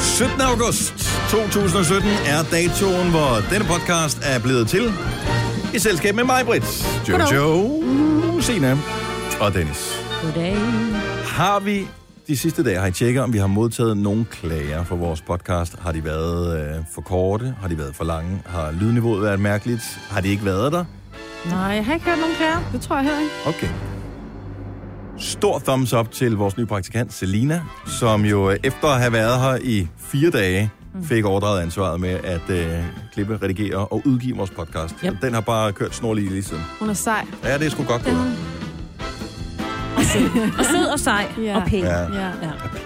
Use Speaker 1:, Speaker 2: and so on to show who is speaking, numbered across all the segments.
Speaker 1: 17. august 2017 er datoen, hvor denne podcast er blevet til. I selskab med mig, Britt, Jojo, Sina og Dennis.
Speaker 2: Goddag.
Speaker 1: Har vi de sidste dage, har I tjekket, om vi har modtaget nogle klager for vores podcast? Har de været øh, for korte? Har de været for lange? Har lydniveauet været mærkeligt? Har de ikke været der?
Speaker 2: Nej, jeg har ikke hørt nogen kære. Det tror jeg heller ikke.
Speaker 1: Okay. Stor thumbs up til vores nye praktikant, Selina, som jo øh, efter at have været her i fire dage,
Speaker 3: Mm.
Speaker 1: fik overdraget ansvaret med at øh, klippe, redigere og udgive vores podcast.
Speaker 2: Yep.
Speaker 1: Den har bare kørt snorlige lige siden.
Speaker 3: Hun er sej.
Speaker 1: Ja, det er sgu godt gået.
Speaker 2: Og sød og sej
Speaker 3: Ja.
Speaker 2: og pæn.
Speaker 1: Ja.
Speaker 2: Ja.
Speaker 3: Ja.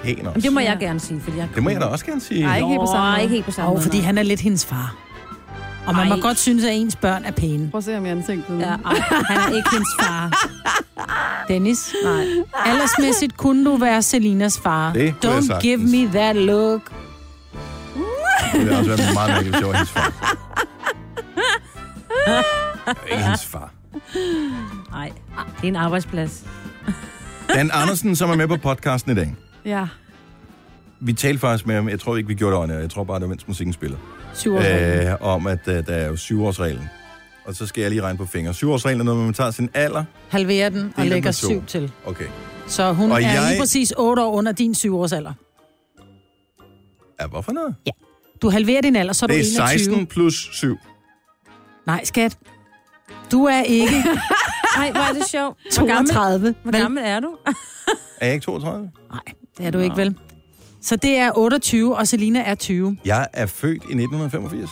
Speaker 1: Pæn også.
Speaker 2: Men det må jeg
Speaker 3: Ja.
Speaker 2: gerne sige, fordi jeg...
Speaker 1: Det må jeg da også gerne sige.
Speaker 3: Ej, ikke helt på samme
Speaker 2: Nå,
Speaker 3: måde.
Speaker 2: ikke helt på samme
Speaker 4: Og
Speaker 2: måde.
Speaker 4: fordi
Speaker 2: nej.
Speaker 4: han er lidt hendes far. Og man Ej.
Speaker 2: Ej.
Speaker 4: må godt synes, at ens børn er pæne.
Speaker 3: Prøv at se, om jeg er ansigt nu.
Speaker 2: Ja,
Speaker 3: Ja.
Speaker 2: ej,
Speaker 4: Han er ikke hendes far. Dennis, nej. Aldersmæssigt kunne du være Selinas far.
Speaker 1: Det kunne jeg
Speaker 4: Don't
Speaker 1: sagtens.
Speaker 4: give me that look.
Speaker 1: Det ville også være meget mærkeligt, hvis jeg var hendes far. Jeg er ikke hendes far.
Speaker 2: nej. Det er en arbejdsplads.
Speaker 1: Dan Andersen, som er med på podcasten i dag.
Speaker 3: ja.
Speaker 1: Vi talte faktisk med ham, jeg tror ikke, vi gjorde det øjne, jeg tror bare, det var, mens musikken spillede,
Speaker 4: Syv år. Øh.
Speaker 1: øh, om at øh, der er jo syvårsreglen. Og så skal jeg lige regne på fingre. Syvårsreglen er, når man tager sin alder.
Speaker 4: Halverer den og
Speaker 1: Deler
Speaker 4: lægger
Speaker 1: med to.
Speaker 4: syv til.
Speaker 1: Okay.
Speaker 4: Så hun
Speaker 1: Og
Speaker 4: og er jeg...
Speaker 1: jeg-
Speaker 4: lige præcis otte år under din syvårsalder.
Speaker 1: Ja, hvorfor noget?
Speaker 4: Du halverer din alder, så er du
Speaker 1: Det er
Speaker 4: 21.
Speaker 1: 16 plus 7.
Speaker 4: Nej, skat. Du er ikke
Speaker 2: Nej, hvor er det sjovt. Hvor gammel,
Speaker 4: 32.
Speaker 2: hvor
Speaker 4: vel?
Speaker 2: gammel er du?
Speaker 1: Er jeg ikke 32?
Speaker 4: Nej, det er du ikke, vel? Så det er 28, og Selina er 20.
Speaker 1: Jeg er født i 1985.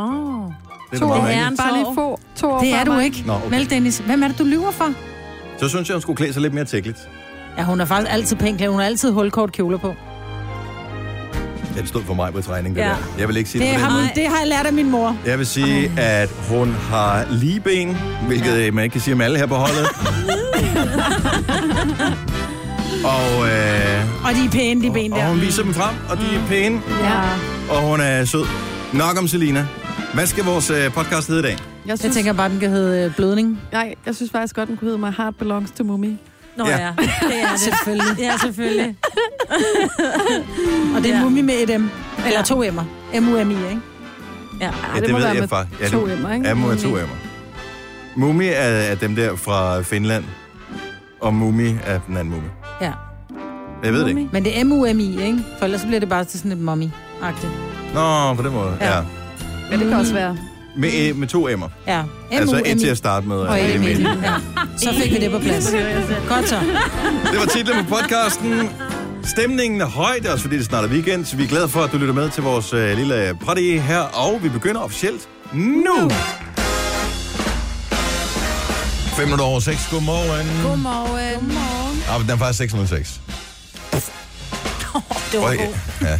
Speaker 1: Det er da
Speaker 3: To
Speaker 1: meget
Speaker 3: år.
Speaker 1: mærkeligt.
Speaker 2: Herrens
Speaker 3: Bare lige
Speaker 2: år.
Speaker 3: få to år
Speaker 4: Det
Speaker 3: fra
Speaker 4: er du
Speaker 3: mig.
Speaker 4: ikke.
Speaker 1: Nå, okay.
Speaker 4: Vel, Dennis, hvem er det, du lyver for?
Speaker 1: Så synes jeg, hun skulle klæde sig lidt mere tækkeligt.
Speaker 4: Ja, hun er faktisk altid pæn klædt. Hun har altid hulkort kjoler på.
Speaker 1: Ja, Det stod for mig på træning, det
Speaker 2: Ja.
Speaker 1: der. Jeg vil ikke sige
Speaker 4: Det
Speaker 1: på den
Speaker 4: har,
Speaker 1: måde.
Speaker 4: hun, det har jeg lært af min mor.
Speaker 1: Jeg vil sige, at hun har lige ben, hvilket ja. man ikke kan sige om alle her på holdet. og, øh,
Speaker 4: Og de er pæne, de ben
Speaker 1: og
Speaker 4: der.
Speaker 1: hun viser dem frem, og de er pæne,
Speaker 3: Ja.
Speaker 1: og hun er sød. Nok om Selina. Hvad skal vores øh, podcast hedde i dag?
Speaker 3: Jeg
Speaker 4: Jeg
Speaker 3: synes,
Speaker 4: tænker bare, den kan hedde øh, blødning.
Speaker 3: nej, jeg synes faktisk godt, den kunne hedde My Heart Belongs to Mummy.
Speaker 2: Nå
Speaker 1: Ja.
Speaker 2: ja, ja det er det.
Speaker 4: Selvfølgelig.
Speaker 2: Ja, selvfølgelig.
Speaker 4: Og det er
Speaker 2: Ja.
Speaker 4: ja. mummi med et M. Eller to M'er. M-U-M-I, ikke?
Speaker 2: Ja.
Speaker 3: det må være med
Speaker 1: faktisk.
Speaker 3: to M'er, ikke?
Speaker 1: Ja, må være to
Speaker 3: Mumi.
Speaker 1: emmer. Mumi er, er dem der fra Finland, og Mumi er den anden Mumi.
Speaker 4: Ja.
Speaker 1: Jeg ved det
Speaker 3: Mumi?
Speaker 1: ikke.
Speaker 4: Men det er M-U-M-I, ikke? For ellers så bliver det bare til sådan et mommy-agtigt.
Speaker 1: Nå, på den måde. Ja.
Speaker 4: Ja.
Speaker 1: ja.
Speaker 3: Ja, det kan også være.
Speaker 1: Med, øh, med to emmer.
Speaker 4: Mm. Ja.
Speaker 1: Altså indtil jeg
Speaker 4: M-U-M-I.
Speaker 1: starter med.
Speaker 4: Og
Speaker 1: øh,
Speaker 4: M-I.
Speaker 1: Emil.
Speaker 4: Ja. Så fik vi det på plads. Godt så.
Speaker 1: Det var titlen på podcasten. Stemningen er høj, det er også fordi det snart er weekend. Så vi er glade for, at du lytter med til vores øh, lille party her. Og vi begynder officielt nu. 5 minutter over 6. Godmorgen.
Speaker 4: Godmorgen.
Speaker 1: Ah, den er faktisk 606.
Speaker 4: Det var
Speaker 1: Øj,
Speaker 4: god.
Speaker 1: ja.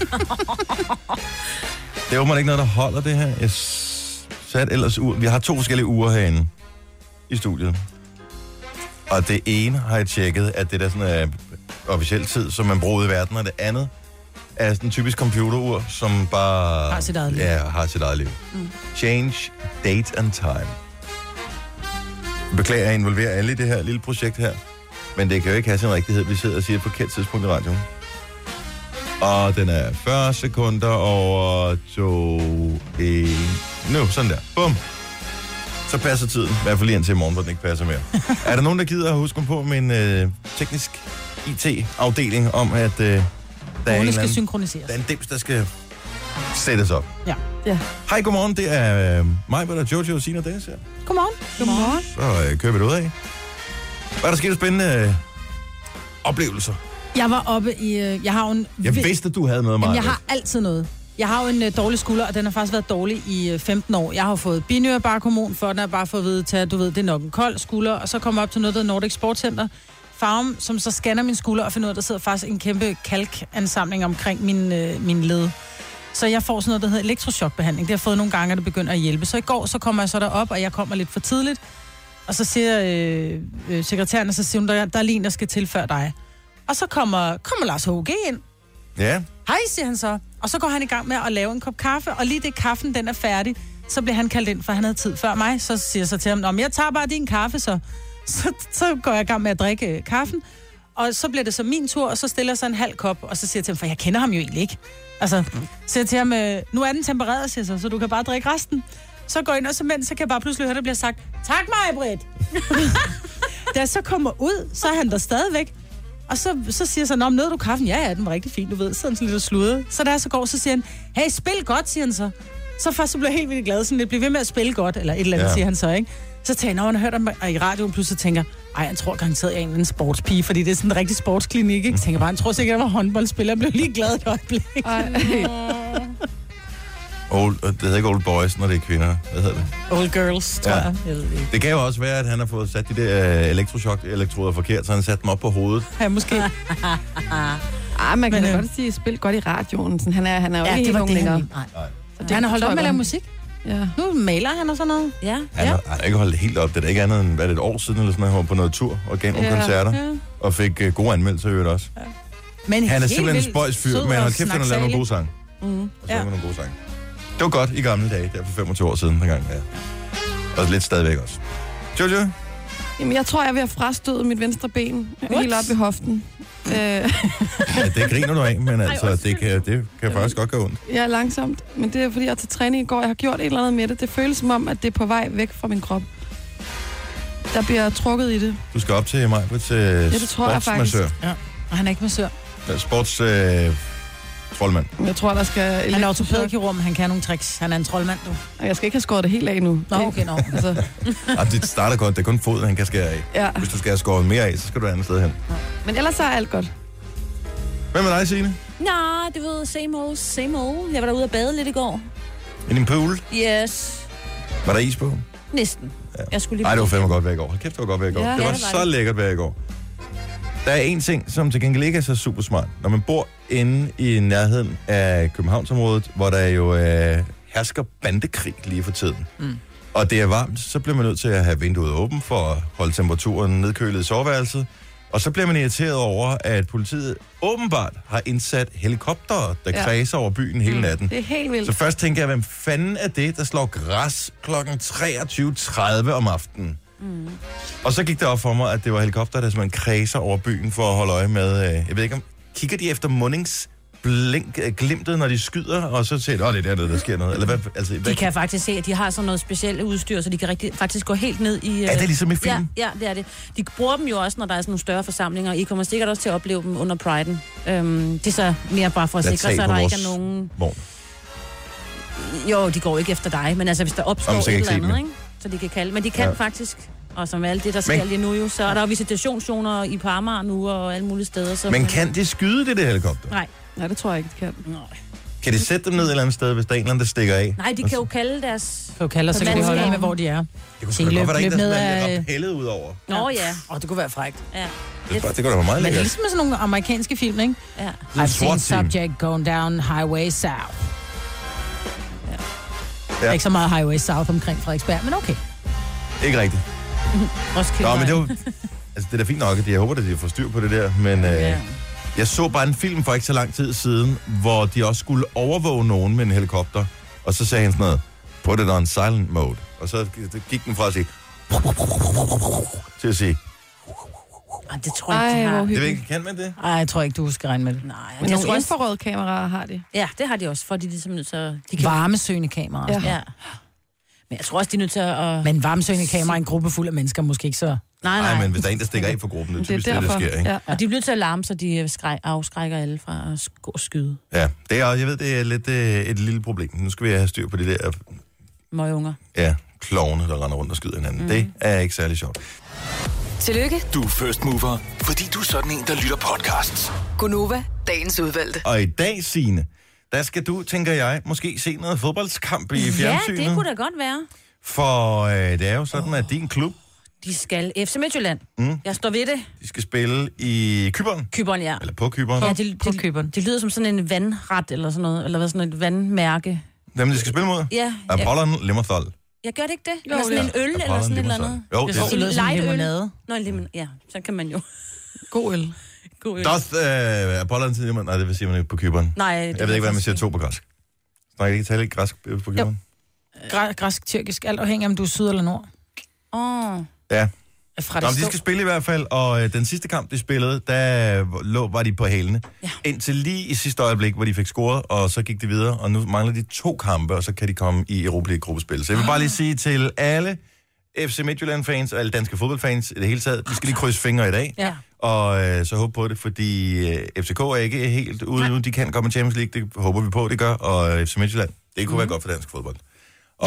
Speaker 1: Det er åbenbart ikke noget, der holder det her. Jeg s- satte ellers ur. Vi har to forskellige uger herinde i studiet. Og det ene har jeg tjekket, at det der sådan er officiel tid, som man bruger ude i verden, og det andet er sådan en typisk computerur, som bare...
Speaker 4: Har sit eget liv.
Speaker 1: Ja, har sit eget liv. Mm. Change date and time. Beklager, at jeg involverer alle i det her lille projekt her. Men det kan jo ikke have sin rigtighed, at vi sidder og siger et forkert tidspunkt i radioen. Og den er 40 sekunder over 2, 1... Nu, sådan der. Bum. Så passer tiden. I hvert fald lige indtil i morgen, hvor den ikke passer mere. er der nogen, der gider at huske mig på min øh, teknisk IT-afdeling om, at øh, der, er en
Speaker 4: Ordene
Speaker 1: eller
Speaker 4: skal
Speaker 1: anden,
Speaker 4: synkroniseres.
Speaker 1: der er en dims, der skal sættes op?
Speaker 4: Ja.
Speaker 3: Ja.
Speaker 1: Hej, godmorgen. Det er øh, mig, der Jojo, Sina og Dennis her.
Speaker 4: Godmorgen.
Speaker 3: Godmorgen.
Speaker 1: Så øh, kører vi det ud af. Hvad er der sket af spændende øh, oplevelser?
Speaker 4: Jeg var oppe i... øh, Jeg har jo en...
Speaker 1: Jeg vidste, du havde noget,
Speaker 4: Jamen,
Speaker 1: Maja.
Speaker 4: jeg har altid noget. Jeg har jo en øh, dårlig skulder, og den har faktisk været dårlig i øh, 15 år. Jeg har jo fået binyrbarkhormon for, den har jeg bare fået at vide, til, at du ved, det er nok en kold skulder, og så kommer jeg op til noget, der hedder Nordic Sportcenter. Farum, som så scanner min skulder og finder ud af, der sidder faktisk en kæmpe kalkansamling omkring min, øh, min led. Så jeg får sådan noget, der hedder elektroschokbehandling. Det har jeg fået nogle gange, og det begynder at hjælpe. Så i går, så kommer jeg så derop, og jeg kommer lidt for tidligt. Og så siger øh, øh, sekretæren, og så siger hun, der, der er lige en, der skal tilføre dig. Og så kommer, kommer Lars H.G. ind,
Speaker 1: Ja.
Speaker 4: Hej, siger han så. Og så går han i gang med at lave en kop kaffe, og lige det kaffen den er færdig, så bliver han kaldt ind, for han havde tid før mig. Så siger jeg så til ham, om jeg tager bare din kaffe, så. så. Så går jeg i gang med at drikke øh, kaffen. Og så bliver det så min tur, og så stiller jeg så en halv kop, og så siger jeg til ham, for jeg kender ham jo egentlig ikke. Altså, siger jeg til ham, øh, nu er den tempereret, siger jeg så, så du kan bare drikke resten. Så går jeg ind, og så, men, så kan jeg bare pludselig høre, der bliver sagt, tak mig, Britt. da jeg så kommer ud, så er han der stadigvæk. Og så, så siger jeg så, nå, men nød du kaffen? Ja, ja, den var rigtig fin, du ved. Så er han sådan lidt og sludret. Så da jeg så går, så siger han, hey, spil godt, siger han så. Så først så blev jeg helt vildt glad, sådan lidt, bliv ved med at spille godt, eller et eller andet,
Speaker 1: Ja.
Speaker 4: ja. siger han så, ikke? Så tænker jeg, når han har hørt om i radioen, pludselig tænker, ej, han tror garanteret, jeg er en eller anden sportspige, fordi det er sådan en rigtig sportsklinik, ikke? Så tænker jeg bare, han tror sikkert, jeg var håndboldspiller, jeg blev lige glad et øjeblik.
Speaker 3: Ej,
Speaker 1: Old, øh, det hedder ikke old boys, når det er kvinder. Hvad hedder det?
Speaker 4: Old girls, tror
Speaker 1: Ja.
Speaker 4: ja. jeg. Jeg ved det ikke.
Speaker 1: Det kan jo også være, at han har fået sat de der øh, elektrochok-elektroder forkert, så han satte dem op på hovedet.
Speaker 4: Ja, måske.
Speaker 3: Ej, Ah, man kan
Speaker 4: Men,
Speaker 3: da
Speaker 4: øh,
Speaker 3: godt sige, spil godt i radioen. Sådan, han er, han er jo ja, ikke helt ung længere.
Speaker 4: mente. Nej.
Speaker 1: Nej.
Speaker 3: Så
Speaker 4: Han har holdt
Speaker 3: tror
Speaker 4: op med
Speaker 3: jeg
Speaker 4: at lave
Speaker 3: godt.
Speaker 4: musik.
Speaker 3: Ja.
Speaker 4: Nu maler han og sådan noget.
Speaker 2: Ja.
Speaker 1: Han,
Speaker 4: Ja.
Speaker 1: har, han har ikke holdt det helt op. Det er da ikke andet end hvad, er det, et år siden, eller sådan noget, han var på noget tur og gav nogle
Speaker 3: Ja.
Speaker 1: koncerter.
Speaker 4: Ja.
Speaker 1: Og fik øh, gode anmeldelser i øvrigt også.
Speaker 4: Men
Speaker 1: Han er
Speaker 4: helt
Speaker 1: simpelthen en
Speaker 4: vildt
Speaker 1: spøjs
Speaker 4: sød
Speaker 1: fyr, men
Speaker 4: og
Speaker 1: hold kæft, han har lavet nogle
Speaker 4: snaksalig.
Speaker 1: gode sange.
Speaker 3: Mm.
Speaker 1: Og så ja.
Speaker 4: Ja.
Speaker 1: nogle gode sange. Det var godt i gamle dage, der for 25 år siden dengang. Ja. Og lidt stadigvæk også. Jojo?
Speaker 3: Jamen, jeg tror, jeg er ved at frastøde mit venstre ben
Speaker 4: What?
Speaker 3: helt op i hoften. Øh,
Speaker 1: Ja, det griner du af, men altså,
Speaker 2: undskyld.
Speaker 1: det kan, det kan faktisk godt gøre ondt.
Speaker 3: ja, langsomt. Men det er, fordi jeg er til træning i går. Jeg har gjort et eller andet med det. Det føles som om, at det er på vej væk fra min krop. Der bliver trukket i det.
Speaker 1: Du skal op til mig på til ja,
Speaker 3: det tror jeg
Speaker 1: sportsmassør.
Speaker 4: Og han er ikke massør.
Speaker 1: Sports... Øh, troldmand.
Speaker 3: Men Jeg tror, der skal...
Speaker 4: Han er ortopædkirurg, men han kan nogle tricks. Han er en troldmand, du.
Speaker 3: Og jeg skal ikke have skåret det helt af nu.
Speaker 4: Nå, okay, nå.
Speaker 3: Altså,
Speaker 1: Ej, Ah, det starter godt. Det er kun foden, han kan skære af.
Speaker 3: ja.
Speaker 1: Hvis du skal have skåret mere af, så skal du et andet sted hen.
Speaker 3: Men ellers så er alt godt.
Speaker 1: Hvad med dig, Signe?
Speaker 2: Nå, du ved, same old, same old. Jeg var derude og bade lidt i går.
Speaker 1: I din pool?
Speaker 2: Yes.
Speaker 1: Var der is på?
Speaker 2: Næsten.
Speaker 1: Ja.
Speaker 2: Jeg skulle lige...
Speaker 1: Nej, det var fandme godt vejr i går. Hold kæft, det var godt vejr i går.
Speaker 3: Ja,
Speaker 1: det var,
Speaker 2: ja, det var
Speaker 1: så
Speaker 2: det.
Speaker 1: lækkert vejr i går. Der er en ting, som til gengæld ikke er så super smart. Når man bor inde i nærheden af Københavnsområdet, hvor der jo øh, hersker bandekrig lige for tiden, mm. og det er varmt, så bliver man nødt til at have vinduet åbent for at holde temperaturen nedkølet i soveværelset. Og så bliver man irriteret over, at politiet åbenbart har indsat helikoptere, der ja.
Speaker 3: Ja.
Speaker 1: kredser over byen
Speaker 2: Mm,
Speaker 1: hele natten.
Speaker 3: Det er helt vildt.
Speaker 1: Så først tænker jeg, hvem fanden er det, der slår græs kl. 23.30 om aftenen? Mm. Og så gik det op for mig, at det var helikopter, der simpelthen kredser over byen for at holde øje med... Øh, jeg ved ikke om... Kigger de efter Munnings blink, øh, glimtet, når de skyder, og så ser de, åh, det er dernede, der sker noget. Eller hvad, altså, hvad,
Speaker 2: De kan faktisk se, at de har sådan noget specielt udstyr, så de kan rigtig, faktisk gå helt ned i...
Speaker 1: Er det ligesom i film?
Speaker 2: Ja, ja, det er det. De bruger dem jo også, når der er sådan nogle større forsamlinger. I kommer sikkert også til at opleve dem under Pride'en. Øhm, det er så mere bare for at
Speaker 1: Der er
Speaker 2: sikre
Speaker 1: tag
Speaker 2: sig, at
Speaker 1: på
Speaker 2: der ikke er
Speaker 1: vores
Speaker 2: nogen...
Speaker 1: Vogn.
Speaker 2: Jo, de går ikke efter dig, men altså hvis der opstår
Speaker 1: Jamen,
Speaker 2: et
Speaker 1: så kan jeg
Speaker 2: eller
Speaker 1: ikke se
Speaker 2: andet, ikke? så de kan kalde. Men de kan
Speaker 1: Ja.
Speaker 2: ja. faktisk, og som alt det, der sker
Speaker 1: Men-
Speaker 2: men... lige nu jo, så er der jo visitationszoner i Parma nu og alle mulige steder. Så
Speaker 1: Men kan de skyde det, det helikopter?
Speaker 2: Nej.
Speaker 3: Nej, det tror jeg ikke, det kan.
Speaker 2: Nej.
Speaker 1: Kan de sætte dem ned et eller andet sted, hvis der er en eller anden, der stikker af?
Speaker 2: Nej, de kan jo kalde deres...
Speaker 4: Kan jo kalde os, så kan vi holde øje med, hvor de er.
Speaker 1: Det kunne sgu da
Speaker 4: Løb-
Speaker 1: godt være, der er en, der
Speaker 4: løb ned
Speaker 1: sådan er
Speaker 4: ad-
Speaker 1: lidt pællet ud over.
Speaker 2: Nå ja,
Speaker 4: Åh, det kunne være frækt.
Speaker 2: ja.
Speaker 1: Det, det kunne da være meget
Speaker 4: Men det er
Speaker 1: lækkert.
Speaker 4: ligesom med sådan nogle amerikanske film, ikke?
Speaker 2: ja.
Speaker 1: en
Speaker 4: I've seen
Speaker 1: SWAT-team.
Speaker 4: subject going down highway south.
Speaker 1: Ja.
Speaker 4: Ja. Ikke så meget highway south omkring Frederiksberg, men okay.
Speaker 1: Ikke rigtigt.
Speaker 2: Roskilde.
Speaker 1: Nå, men det
Speaker 2: var...
Speaker 1: var... Altså, det er da fint nok, at jeg håber, at de får styr på det der, men øh, jeg så bare en film for ikke så lang tid siden, hvor de også skulle overvåge nogen med en helikopter, og så sagde han sådan noget, put it on silent mode, og så gik den fra at sige, til at sige,
Speaker 2: Ej, det tror jeg ikke, de
Speaker 3: Ej,
Speaker 2: har.
Speaker 3: hvor
Speaker 1: det ved
Speaker 3: hyggeligt.
Speaker 1: ikke, kan man det?
Speaker 4: Ej, jeg tror ikke, du skal regne med det.
Speaker 2: Nej,
Speaker 3: Men
Speaker 2: jeg
Speaker 3: nogle
Speaker 2: tror også...
Speaker 3: infrarøde kameraer har de.
Speaker 2: Ja, det har de også, fordi de er ligesom nødt til at... De kan...
Speaker 4: Varmesøgende kameraer.
Speaker 3: Ja.
Speaker 4: Ja.
Speaker 2: Ja. Men jeg tror også, de er nødt til at...
Speaker 4: Men varmesøgende kameraer i en gruppe fuld af mennesker er måske ikke så...
Speaker 2: Nej,
Speaker 1: Nej,
Speaker 2: nej.
Speaker 1: men hvis der er en, der stikker af for gruppen, det er
Speaker 3: Men Det
Speaker 1: typisk det,
Speaker 3: er
Speaker 1: der
Speaker 3: derfor.
Speaker 1: sker, ikke?
Speaker 3: Ja.
Speaker 2: Og de bliver nødt til at larme, så de skræk, afskrækker alle fra at sk- gå og skyde
Speaker 1: Ja, det er, jeg ved, det er lidt øh, et lille problem. Nu skal vi have styr på det der,
Speaker 2: møgunger.
Speaker 1: ja, klovne, der render rundt og skyder hinanden. Mm. Det er ikke særlig sjovt.
Speaker 5: Tillykke,
Speaker 6: Du er first mover, fordi du er sådan en, der lytter podcasts.
Speaker 5: Gunova, dagens udvalgte.
Speaker 1: Og i dag, Signe, der skal du, tænker jeg, måske se noget fodboldskamp i fjernsynet.
Speaker 2: Ja, det kunne da godt være.
Speaker 1: For øh, det er jo sådan, oh. at din klub,
Speaker 2: De skal FC Midtjylland. Mm. Jeg står ved det.
Speaker 1: de skal spille i Kyberen.
Speaker 2: Kyberen, ja.
Speaker 1: Eller på Kyberen.
Speaker 2: Ja,
Speaker 1: Ja.
Speaker 2: det,
Speaker 4: på køberen.
Speaker 2: det, det lyder som sådan en vandret eller sådan noget, eller hvad sådan et vandmærke.
Speaker 1: Dem, de skal spille mod?
Speaker 2: Ja, jeg,
Speaker 1: Apollon Limassol.
Speaker 2: jeg gør det ikke det? Eller sådan
Speaker 1: det
Speaker 2: en
Speaker 1: er.
Speaker 2: øl, eller
Speaker 1: Apollon
Speaker 2: sådan et eller
Speaker 1: Limassol.
Speaker 2: andet.
Speaker 1: Jo, det
Speaker 2: Jeg synes,
Speaker 1: er-
Speaker 4: lyder som
Speaker 2: light
Speaker 4: en
Speaker 2: øl.
Speaker 4: limonade.
Speaker 2: Nå, en limon, ja, så kan man jo.
Speaker 3: God øl.
Speaker 2: God øl.
Speaker 1: Doth øh, Apollon Limassol. Nej, det vil sige man ikke på Kyberen.
Speaker 2: Nej, det
Speaker 1: Jeg ved ikke, hvad man
Speaker 2: faktisk
Speaker 1: siger to på græsk. Snakker de ikke tale græsk øh, på Kyberen?
Speaker 4: Græ- græsk, tyrkisk, alt afhængig af, om du er syd eller nord.
Speaker 2: Åh,
Speaker 1: Ja.
Speaker 4: Fra
Speaker 1: Nå,
Speaker 4: det
Speaker 1: men de
Speaker 4: stod.
Speaker 1: skal spille i hvert fald, og øh, den sidste kamp, de spillede, der øh, lå, var de på hælene.
Speaker 4: Ja.
Speaker 1: Indtil lige i sidste øjeblik, hvor de fik scoret, og så gik de videre, og nu mangler de to kampe, og så kan de komme i Europa League gruppespil. Så jeg vil bare lige sige til alle FC Midtjylland-fans og alle danske fodboldfans i det hele taget, vi skal lige krydse fingre i dag,
Speaker 4: Ja.
Speaker 1: og øh, så håbe på det, fordi øh, FCK er ikke helt ude nu. De kan komme i Champions League, det håber vi på, det gør, og øh, FC Midtjylland, det kunne mm. være godt for dansk fodbold.
Speaker 4: Mhm.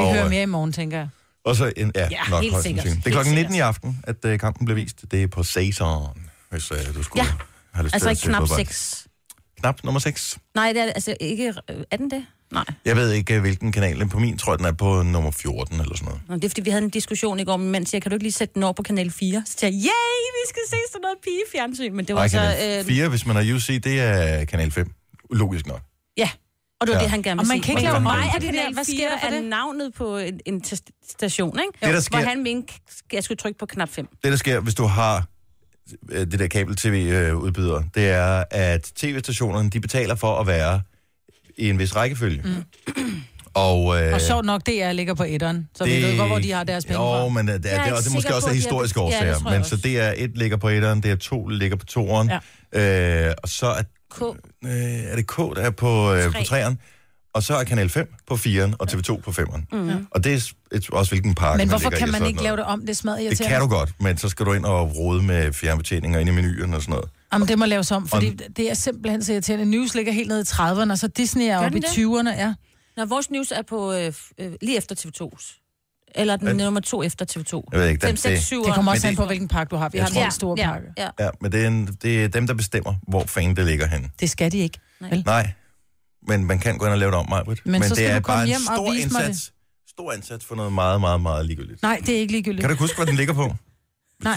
Speaker 4: Vi
Speaker 1: Og,
Speaker 4: hører
Speaker 1: øh,
Speaker 4: mere i morgen, tænker jeg.
Speaker 1: og så, en, ja, ja, nok
Speaker 2: helt
Speaker 1: højst
Speaker 2: sikkert.
Speaker 1: sikkert. Det er
Speaker 2: Helt
Speaker 1: klokken 19
Speaker 2: sikkert.
Speaker 1: i aften, at uh, kampen bliver vist. Det er på Saison, hvis uh, du skulle
Speaker 2: Ja.
Speaker 1: have lyst
Speaker 2: Altså
Speaker 1: til at
Speaker 2: ikke
Speaker 1: se
Speaker 2: knap
Speaker 1: fodbold.
Speaker 2: 6.
Speaker 1: Knap nummer 6.
Speaker 2: Nej, det er altså ikke... Er den det? Nej.
Speaker 1: Jeg ved ikke, øh, hvilken kanal den er på min. tror, den er på nummer 14 eller sådan noget.
Speaker 2: Nå, det er fordi, vi havde en diskussion i går, men mand siger, kan du ikke lige sætte den over på kanal 4? Så siger jeg, yay, vi skal se sådan noget pigefjernsyn. Men det var
Speaker 1: Nej,
Speaker 2: så...
Speaker 1: kanal
Speaker 2: Øh,
Speaker 1: 4, hvis man har UC, det er kanal 5. Logisk nok.
Speaker 2: ja, og det
Speaker 1: Ja.
Speaker 2: var ja. det, han gerne
Speaker 4: Og
Speaker 2: ville
Speaker 4: man
Speaker 2: se.
Speaker 4: kan ikke
Speaker 1: lave
Speaker 2: for
Speaker 1: om
Speaker 2: mig
Speaker 4: på
Speaker 2: er
Speaker 4: det der.
Speaker 2: kanal 4 Hvad sker der for det? navnet på en, en t- station, ikke?
Speaker 1: Det, der sker-
Speaker 2: Hvor han mente, jeg skulle trykke på knap 5.
Speaker 1: Det, der sker, hvis du har øh, det der kabel-tv-udbyder, det er, at tv-stationerne, de betaler for at være i en vis rækkefølge. Mm. Og, øh,
Speaker 4: Og sjovt nok, DR ligger på etteren, så det... vi ved godt, hvor de har deres penge
Speaker 1: Jo,
Speaker 2: Mm.
Speaker 4: fra.
Speaker 1: men øh, det, det,
Speaker 2: Jeg er
Speaker 1: er, og det
Speaker 2: ikke
Speaker 1: er måske
Speaker 2: sikker
Speaker 1: også
Speaker 2: på,
Speaker 1: af
Speaker 2: at de har
Speaker 1: historiske
Speaker 2: bet- Ja, det
Speaker 1: årsager.
Speaker 2: tror
Speaker 1: Ja,
Speaker 2: jeg
Speaker 1: men så det er et ligger på etteren, det er to ligger på toeren. Ja. Øh, og så er,
Speaker 2: K.
Speaker 1: øh, er det K, der er på, øh, på
Speaker 2: Tre.
Speaker 1: treeren. Og så er Kanal 5 på 4'eren, og TV2 på 5'eren. Mm. Og det er s- et, også, hvilken park
Speaker 4: Men
Speaker 1: man
Speaker 4: hvorfor
Speaker 1: ligger i
Speaker 4: kan
Speaker 1: og
Speaker 4: man
Speaker 1: sådan
Speaker 4: ikke
Speaker 1: noget.
Speaker 4: lave det om? Det er smadret
Speaker 1: Det
Speaker 4: irriterende.
Speaker 1: kan du godt, men så skal du ind og rode med fjernbetjeninger ind i menuen og sådan noget.
Speaker 4: Jamen, det må laves om, fordi det er simpelthen så irriterende. News ligger helt ned i 30'erne, og så Disney er oppe i
Speaker 2: den det?
Speaker 4: 20'erne, ja.
Speaker 2: Når vores news er på øh, f- øh, lige efter TV2's. Eller den
Speaker 1: Ja.
Speaker 2: nummer 2 efter TV2.
Speaker 1: Jeg ved ikke, den,
Speaker 2: 5, 6,
Speaker 1: det,
Speaker 2: 7
Speaker 4: Det kommer også
Speaker 1: Men
Speaker 4: an
Speaker 1: det-
Speaker 4: på, hvilken pakke du har. Vi
Speaker 1: Jeg
Speaker 4: har en
Speaker 1: tror-
Speaker 4: helt stor
Speaker 2: ja,
Speaker 4: pakke.
Speaker 2: ja.
Speaker 1: ja, men det er, en, det er dem, der bestemmer, hvor fanden det ligger henne.
Speaker 4: Det skal de ikke.
Speaker 1: Nej, men man kan gå ind og lave det om, Majbrit.
Speaker 4: Men så skal
Speaker 1: det er
Speaker 4: du komme
Speaker 1: bare en
Speaker 4: hjem og
Speaker 1: stor
Speaker 4: vise mig
Speaker 1: indsats, stor indsats for noget meget, meget, meget ligegyldigt.
Speaker 4: Nej, det er ikke ligegyldigt.
Speaker 1: Kan du ikke huske, hvad den ligger på?
Speaker 4: Nej.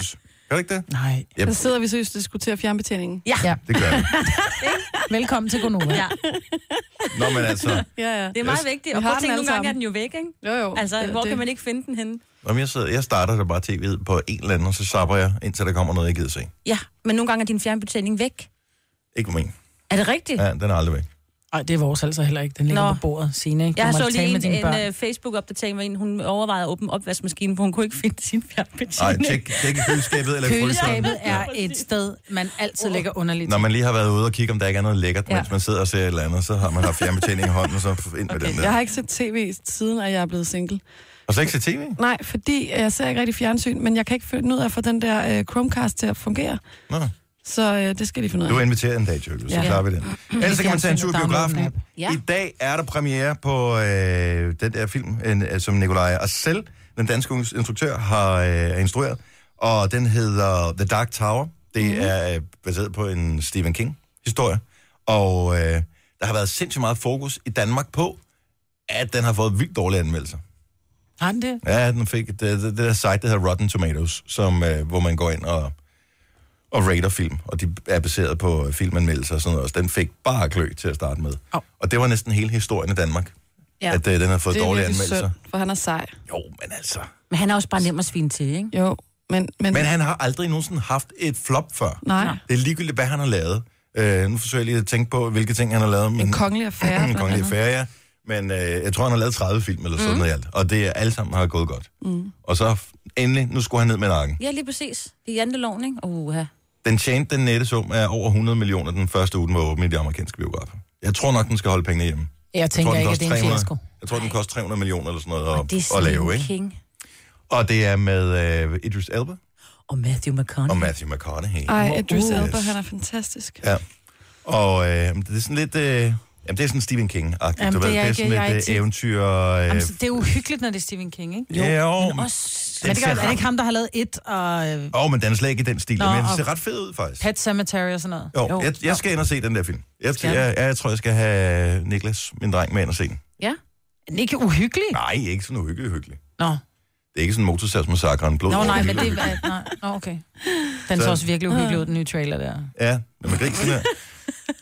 Speaker 1: Kan du ikke det?
Speaker 4: Nej.
Speaker 1: Yep.
Speaker 3: Så sidder vi seriøst og diskuterer fjernbetjeningen.
Speaker 4: Ja,
Speaker 1: Det gør jeg.
Speaker 4: velkommen til Gonova.
Speaker 2: Ja,
Speaker 1: Nå, men altså,
Speaker 3: Ja, ja.
Speaker 2: det er meget vigtigt.
Speaker 3: Vi
Speaker 2: Og prøv
Speaker 3: har
Speaker 2: at tænke,
Speaker 3: den alle
Speaker 2: nogle gange er
Speaker 3: sammen.
Speaker 2: den jo væk, ikke?
Speaker 3: Jo, jo.
Speaker 2: Altså,
Speaker 3: det,
Speaker 2: hvor
Speaker 3: det.
Speaker 2: kan man ikke finde den henne?
Speaker 1: om jeg, sidder, jeg starter da bare tv'et på en eller anden, og så zapper jeg, indtil der kommer noget, jeg gider se.
Speaker 2: Ja, men nogle gange er din fjernbetjening væk.
Speaker 1: Ikke min.
Speaker 2: Er det rigtigt?
Speaker 1: Ja, den er aldrig væk.
Speaker 4: Nej, det er vores altså heller ikke. Den ligger
Speaker 2: Nå.
Speaker 4: på bordet, Signe. ikke? Du
Speaker 2: Jeg
Speaker 4: må
Speaker 2: så
Speaker 4: tale med
Speaker 2: lige
Speaker 4: dine
Speaker 2: en,
Speaker 4: børn.
Speaker 2: en uh, Facebook-opdatering, hvor en, hun overvejede at åbne opvaskemaskinen, for hun kunne ikke finde sin
Speaker 1: Nej,
Speaker 2: fjernbetjening.
Speaker 1: tjek, tjek i køleskabet eller i fryseren.
Speaker 4: Køleskabet er et sted, man altid ligger underligt.
Speaker 1: Når man lige har været ude og kigge, om der ikke er noget lækkert,
Speaker 4: Ja.
Speaker 1: ja. mens man sidder og ser et eller andet, så har man haft fjernbetjening i hånden, så ind med okay. den der.
Speaker 3: Jeg har ikke set tv, siden at jeg er blevet single.
Speaker 1: Og så ikke se tv?
Speaker 3: Nej, fordi jeg ser ikke rigtig fjernsyn, men jeg kan ikke finde ud af at få den der øh, Chromecast til at fungere.
Speaker 1: Nå,
Speaker 3: Så øh, det skal de finde ud af.
Speaker 1: du er inviteret en dag, Jørgen, så
Speaker 3: Ja.
Speaker 1: klarer vi den. Ellers så kan man tage en tur i
Speaker 4: Download den
Speaker 1: biografen.
Speaker 4: app.
Speaker 1: I dag er der premiere på øh, den der film, en, øh, som Nikolaj Arcel, den danske unges instruktør, har øh, instrueret. Og den hedder The Dark Tower. Det
Speaker 3: Mhm.
Speaker 1: mm-hmm. er øh, baseret på en Stephen King-historie. Og øh, der har været sindssygt meget fokus i Danmark på, at den har fået vildt dårlige anmeldelser.
Speaker 4: Har den det?
Speaker 1: Ja, den fik det, det, det der site, der hedder Rotten Tomatoes, som, øh, hvor man går ind og, og rater film, og de er baseret på øh, filmanmeldelser og sådan noget. også. Den fik bare klø til at starte med.
Speaker 4: Au.
Speaker 1: Og det var næsten hele historien i Danmark, ja.
Speaker 2: Ja.
Speaker 1: at øh, den har fået
Speaker 3: det er
Speaker 1: dårlige
Speaker 3: virkelig
Speaker 1: anmeldelser.
Speaker 3: synd, for han er sej.
Speaker 1: Jo, men altså.
Speaker 2: Men han er også bare nem at svine til, ikke?
Speaker 3: Jo, men... men,
Speaker 1: Men han har aldrig nogensinde haft et flop før.
Speaker 3: nej,
Speaker 1: Det er ligegyldigt, hvad han har lavet. Øh, nu forsøger jeg lige at tænke på, hvilke ting han har lavet.
Speaker 3: en
Speaker 1: Men,
Speaker 3: kongelig affære.
Speaker 1: en
Speaker 3: blandt
Speaker 1: kongelig
Speaker 3: andet. Mhm.
Speaker 1: affære, ja. Men øh, jeg tror, han har lavet 30 film eller sådan mm. noget i alt. Og det er alle sammen har gået godt. Mm. Og så f- endelig, nu skulle han ned med nakken.
Speaker 2: Ja, lige præcis. Det er janteloven, ikke? Uha.
Speaker 1: Den tjente den nette sum af over 100 millioner den første uge, den var åben i de amerikanske biografer. Jeg tror nok, den skal holde pengene hjemme.
Speaker 4: Jeg
Speaker 1: Jeg
Speaker 4: tænker
Speaker 1: tror, den
Speaker 4: ikke, at
Speaker 1: koster
Speaker 4: det er en
Speaker 1: 300
Speaker 4: fiasko.
Speaker 1: Jeg tror, den koster 300 millioner eller sådan
Speaker 2: Og
Speaker 1: noget
Speaker 2: det er
Speaker 1: at, at lave,
Speaker 2: Stephen
Speaker 1: ikke?
Speaker 2: King.
Speaker 1: Og det er med øh, Idris Elba
Speaker 2: Og Matthew
Speaker 1: og
Speaker 2: McConaughey.
Speaker 1: Matthew McConaughey.
Speaker 3: Ej, Idris
Speaker 1: Uh.
Speaker 3: Elba, han er fantastisk.
Speaker 1: Ja. Og øh, det er sådan lidt... Øh, jamen, det er sådan Stephen King-agtigt,
Speaker 4: Jamen,
Speaker 1: du ved.
Speaker 4: det er
Speaker 1: Det er
Speaker 4: ikke-
Speaker 1: sådan
Speaker 4: jeg er
Speaker 1: lidt
Speaker 4: ikke
Speaker 1: øh,
Speaker 4: til-
Speaker 1: eventyr... Øh,
Speaker 4: Jamen, så det er uhyggeligt, når det er Stephen King, ikke?
Speaker 1: ja, jo,
Speaker 2: Men
Speaker 1: men- altså-
Speaker 2: også...
Speaker 1: Den
Speaker 4: Men det
Speaker 1: ser
Speaker 4: gør, er det
Speaker 1: ret-
Speaker 4: ikke ham, der har lavet et og øh,
Speaker 1: Åh, oh, men den er slet ikke i den stil,
Speaker 4: Nå,
Speaker 1: men den
Speaker 4: og-
Speaker 1: ser ret fed ud, faktisk.
Speaker 4: Pet Cemetery og sådan noget?
Speaker 1: Jo, jeg, jeg skal ind og se den der film. Jeg,
Speaker 4: Skal du?
Speaker 1: jeg, jeg, jeg tror, jeg skal have Niklas, min dreng, med ind og se den.
Speaker 2: Ja.
Speaker 4: Er den ikke uhyggelig?
Speaker 1: Nej, ikke sådan uhyggelig hyggelig.
Speaker 4: Nå,
Speaker 1: Det er ikke sådan en motorsavsmassakre, en blod.
Speaker 4: Nå
Speaker 1: over
Speaker 4: nej,
Speaker 1: det
Speaker 4: men
Speaker 1: hele.
Speaker 4: det er... Nej, Nå, okay. Den så
Speaker 1: Så-
Speaker 4: også virkelig uhyggelig ud, den nye trailer der.
Speaker 1: Ja, men man griner der.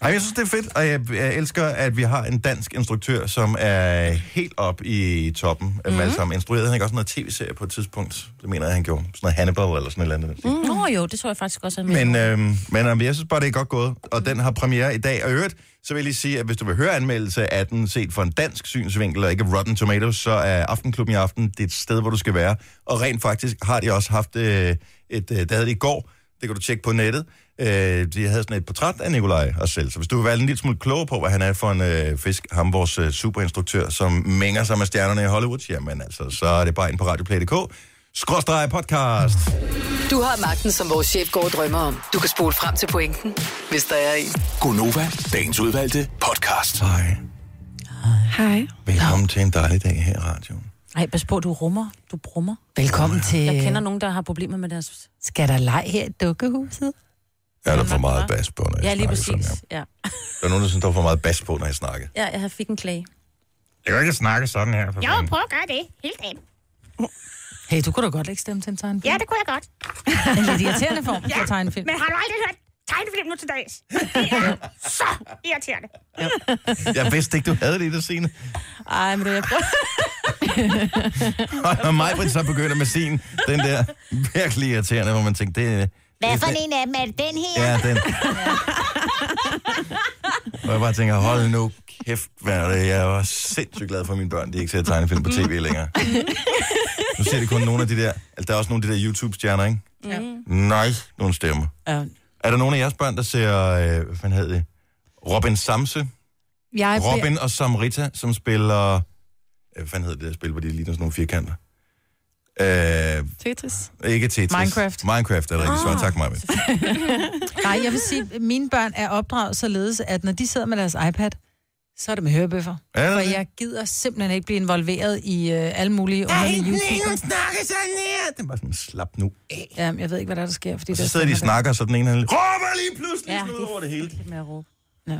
Speaker 1: Ej, jeg synes, det er fedt, og jeg, jeg elsker, at vi har en dansk instruktør, som er helt op i toppen af mm.
Speaker 4: Mhm.
Speaker 1: alle sammen. Instruerede han ikke også noget tv-serie på et tidspunkt? Det mener jeg, han gjorde. Sådan noget Hannibal eller sådan et eller andet. Mm.
Speaker 2: Mm. Nå jo, det tror jeg faktisk også er med.
Speaker 1: Men, øhm, men øhm, jeg synes bare, det er godt gået, og den har premiere i dag. Og i øvrigt, så vil jeg lige sige, at hvis du vil høre anmeldelse af den set fra en dansk synsvinkel, og ikke Rotten Tomatoes, så er Aftenklubben i aften det et sted, hvor du skal være. Og rent faktisk har de også haft øh, et, øh, der havde de i går, det kan du tjekke på nettet, øh, de havde sådan et portræt af Nikolaj os selv. Så hvis du vil være en lille smule klogere på, hvad han er for en øh, fisk, ham vores øh, superinstruktør, som mænger sig med stjernerne i Hollywood, jamen altså, så er det bare ind på radioplay.dk. Skråstrej podcast.
Speaker 5: Du har magten, som vores chef går og drømmer om. Du kan spole frem til pointen, hvis der er en.
Speaker 6: Gonova, dagens udvalgte podcast.
Speaker 1: Hej. øh,
Speaker 3: Hej.
Speaker 1: Velkommen til en dejlig dag her i radioen.
Speaker 2: Nej, pas på, du rummer. Du brummer.
Speaker 7: Velkommen til
Speaker 2: Jeg kender nogen, der har problemer med deres...
Speaker 7: Skal der leg her i dukkehuset?
Speaker 1: Er der
Speaker 2: Ja,
Speaker 1: for meget
Speaker 2: hva'?
Speaker 1: bas på, når jeg
Speaker 2: Ja, lige
Speaker 1: snakker sådan
Speaker 2: præcis.
Speaker 1: her?
Speaker 2: Ja.
Speaker 1: Der er nogen, der synes, der er for meget bas på, når jeg snakker.
Speaker 2: ja, jeg fik en klage.
Speaker 1: Jeg kan ikke snakke sådan her. For
Speaker 8: Jo, prøv at gøre det. Hele dagen.
Speaker 4: Hey, du kunne da godt lægge stemme til en tegnefilm.
Speaker 8: Ja, det kunne jeg godt.
Speaker 4: En lidt er irriterende form for tegnefilm.
Speaker 8: Men har du aldrig hørt tegnefilm nu til dags? Det er så irriterende.
Speaker 1: jeg vidste ikke, du havde det i det scene.
Speaker 2: Ej, men det jeg
Speaker 4: er-
Speaker 2: prøver.
Speaker 1: Og når Majbrit så begynder med sin, den der virkelig irriterende, hvor man tænker, det er...
Speaker 8: Hvad for en af dem er det den her?
Speaker 1: Ja, den. Og jeg bare tænker, hold nu kæft, hvad er det? Jeg var sindssygt glad for at mine børn, de ikke ser tegnefilm på tv længere.
Speaker 9: Mm.
Speaker 1: Nu ser de kun nogle af de der... Altså, der er også nogle af de der YouTube-stjerner, ikke? Ja.
Speaker 8: Mm.
Speaker 1: Nej, nogle stemmer.
Speaker 4: Ja.
Speaker 1: Er der nogen af jeres børn, der ser, øh, hvad fanden hedder det? Robin Samse,
Speaker 7: Jeg
Speaker 1: Robin og Samrita, som spiller, øh, hvad fanden hedder det der spil, hvor de ligner sådan nogle firkanter? Øh,
Speaker 3: Tetris.
Speaker 1: ikke Tetris.
Speaker 4: Minecraft. Ah,
Speaker 1: Minecraft er det rigtigt svar. Tak, Maja.
Speaker 4: Nej, jeg vil sige, at mine børn er opdraget således, at når de sidder med deres iPad, så er det med hørebøffer.
Speaker 1: Er det
Speaker 4: For
Speaker 1: det?
Speaker 4: jeg gider simpelthen ikke blive involveret i øh, alle mulige underlige YouTube.
Speaker 1: snakker sådan her. Det var sådan, slap nu. af.
Speaker 4: Jamen, jeg ved ikke, hvad der, er, der sker. Fordi
Speaker 1: Og
Speaker 4: der
Speaker 1: så sidder de og
Speaker 4: stemmer
Speaker 1: snakker, så den ene han råber lige pludselig
Speaker 2: Ja,
Speaker 1: ja, ud over det hele.
Speaker 2: Med at råbe.
Speaker 4: der.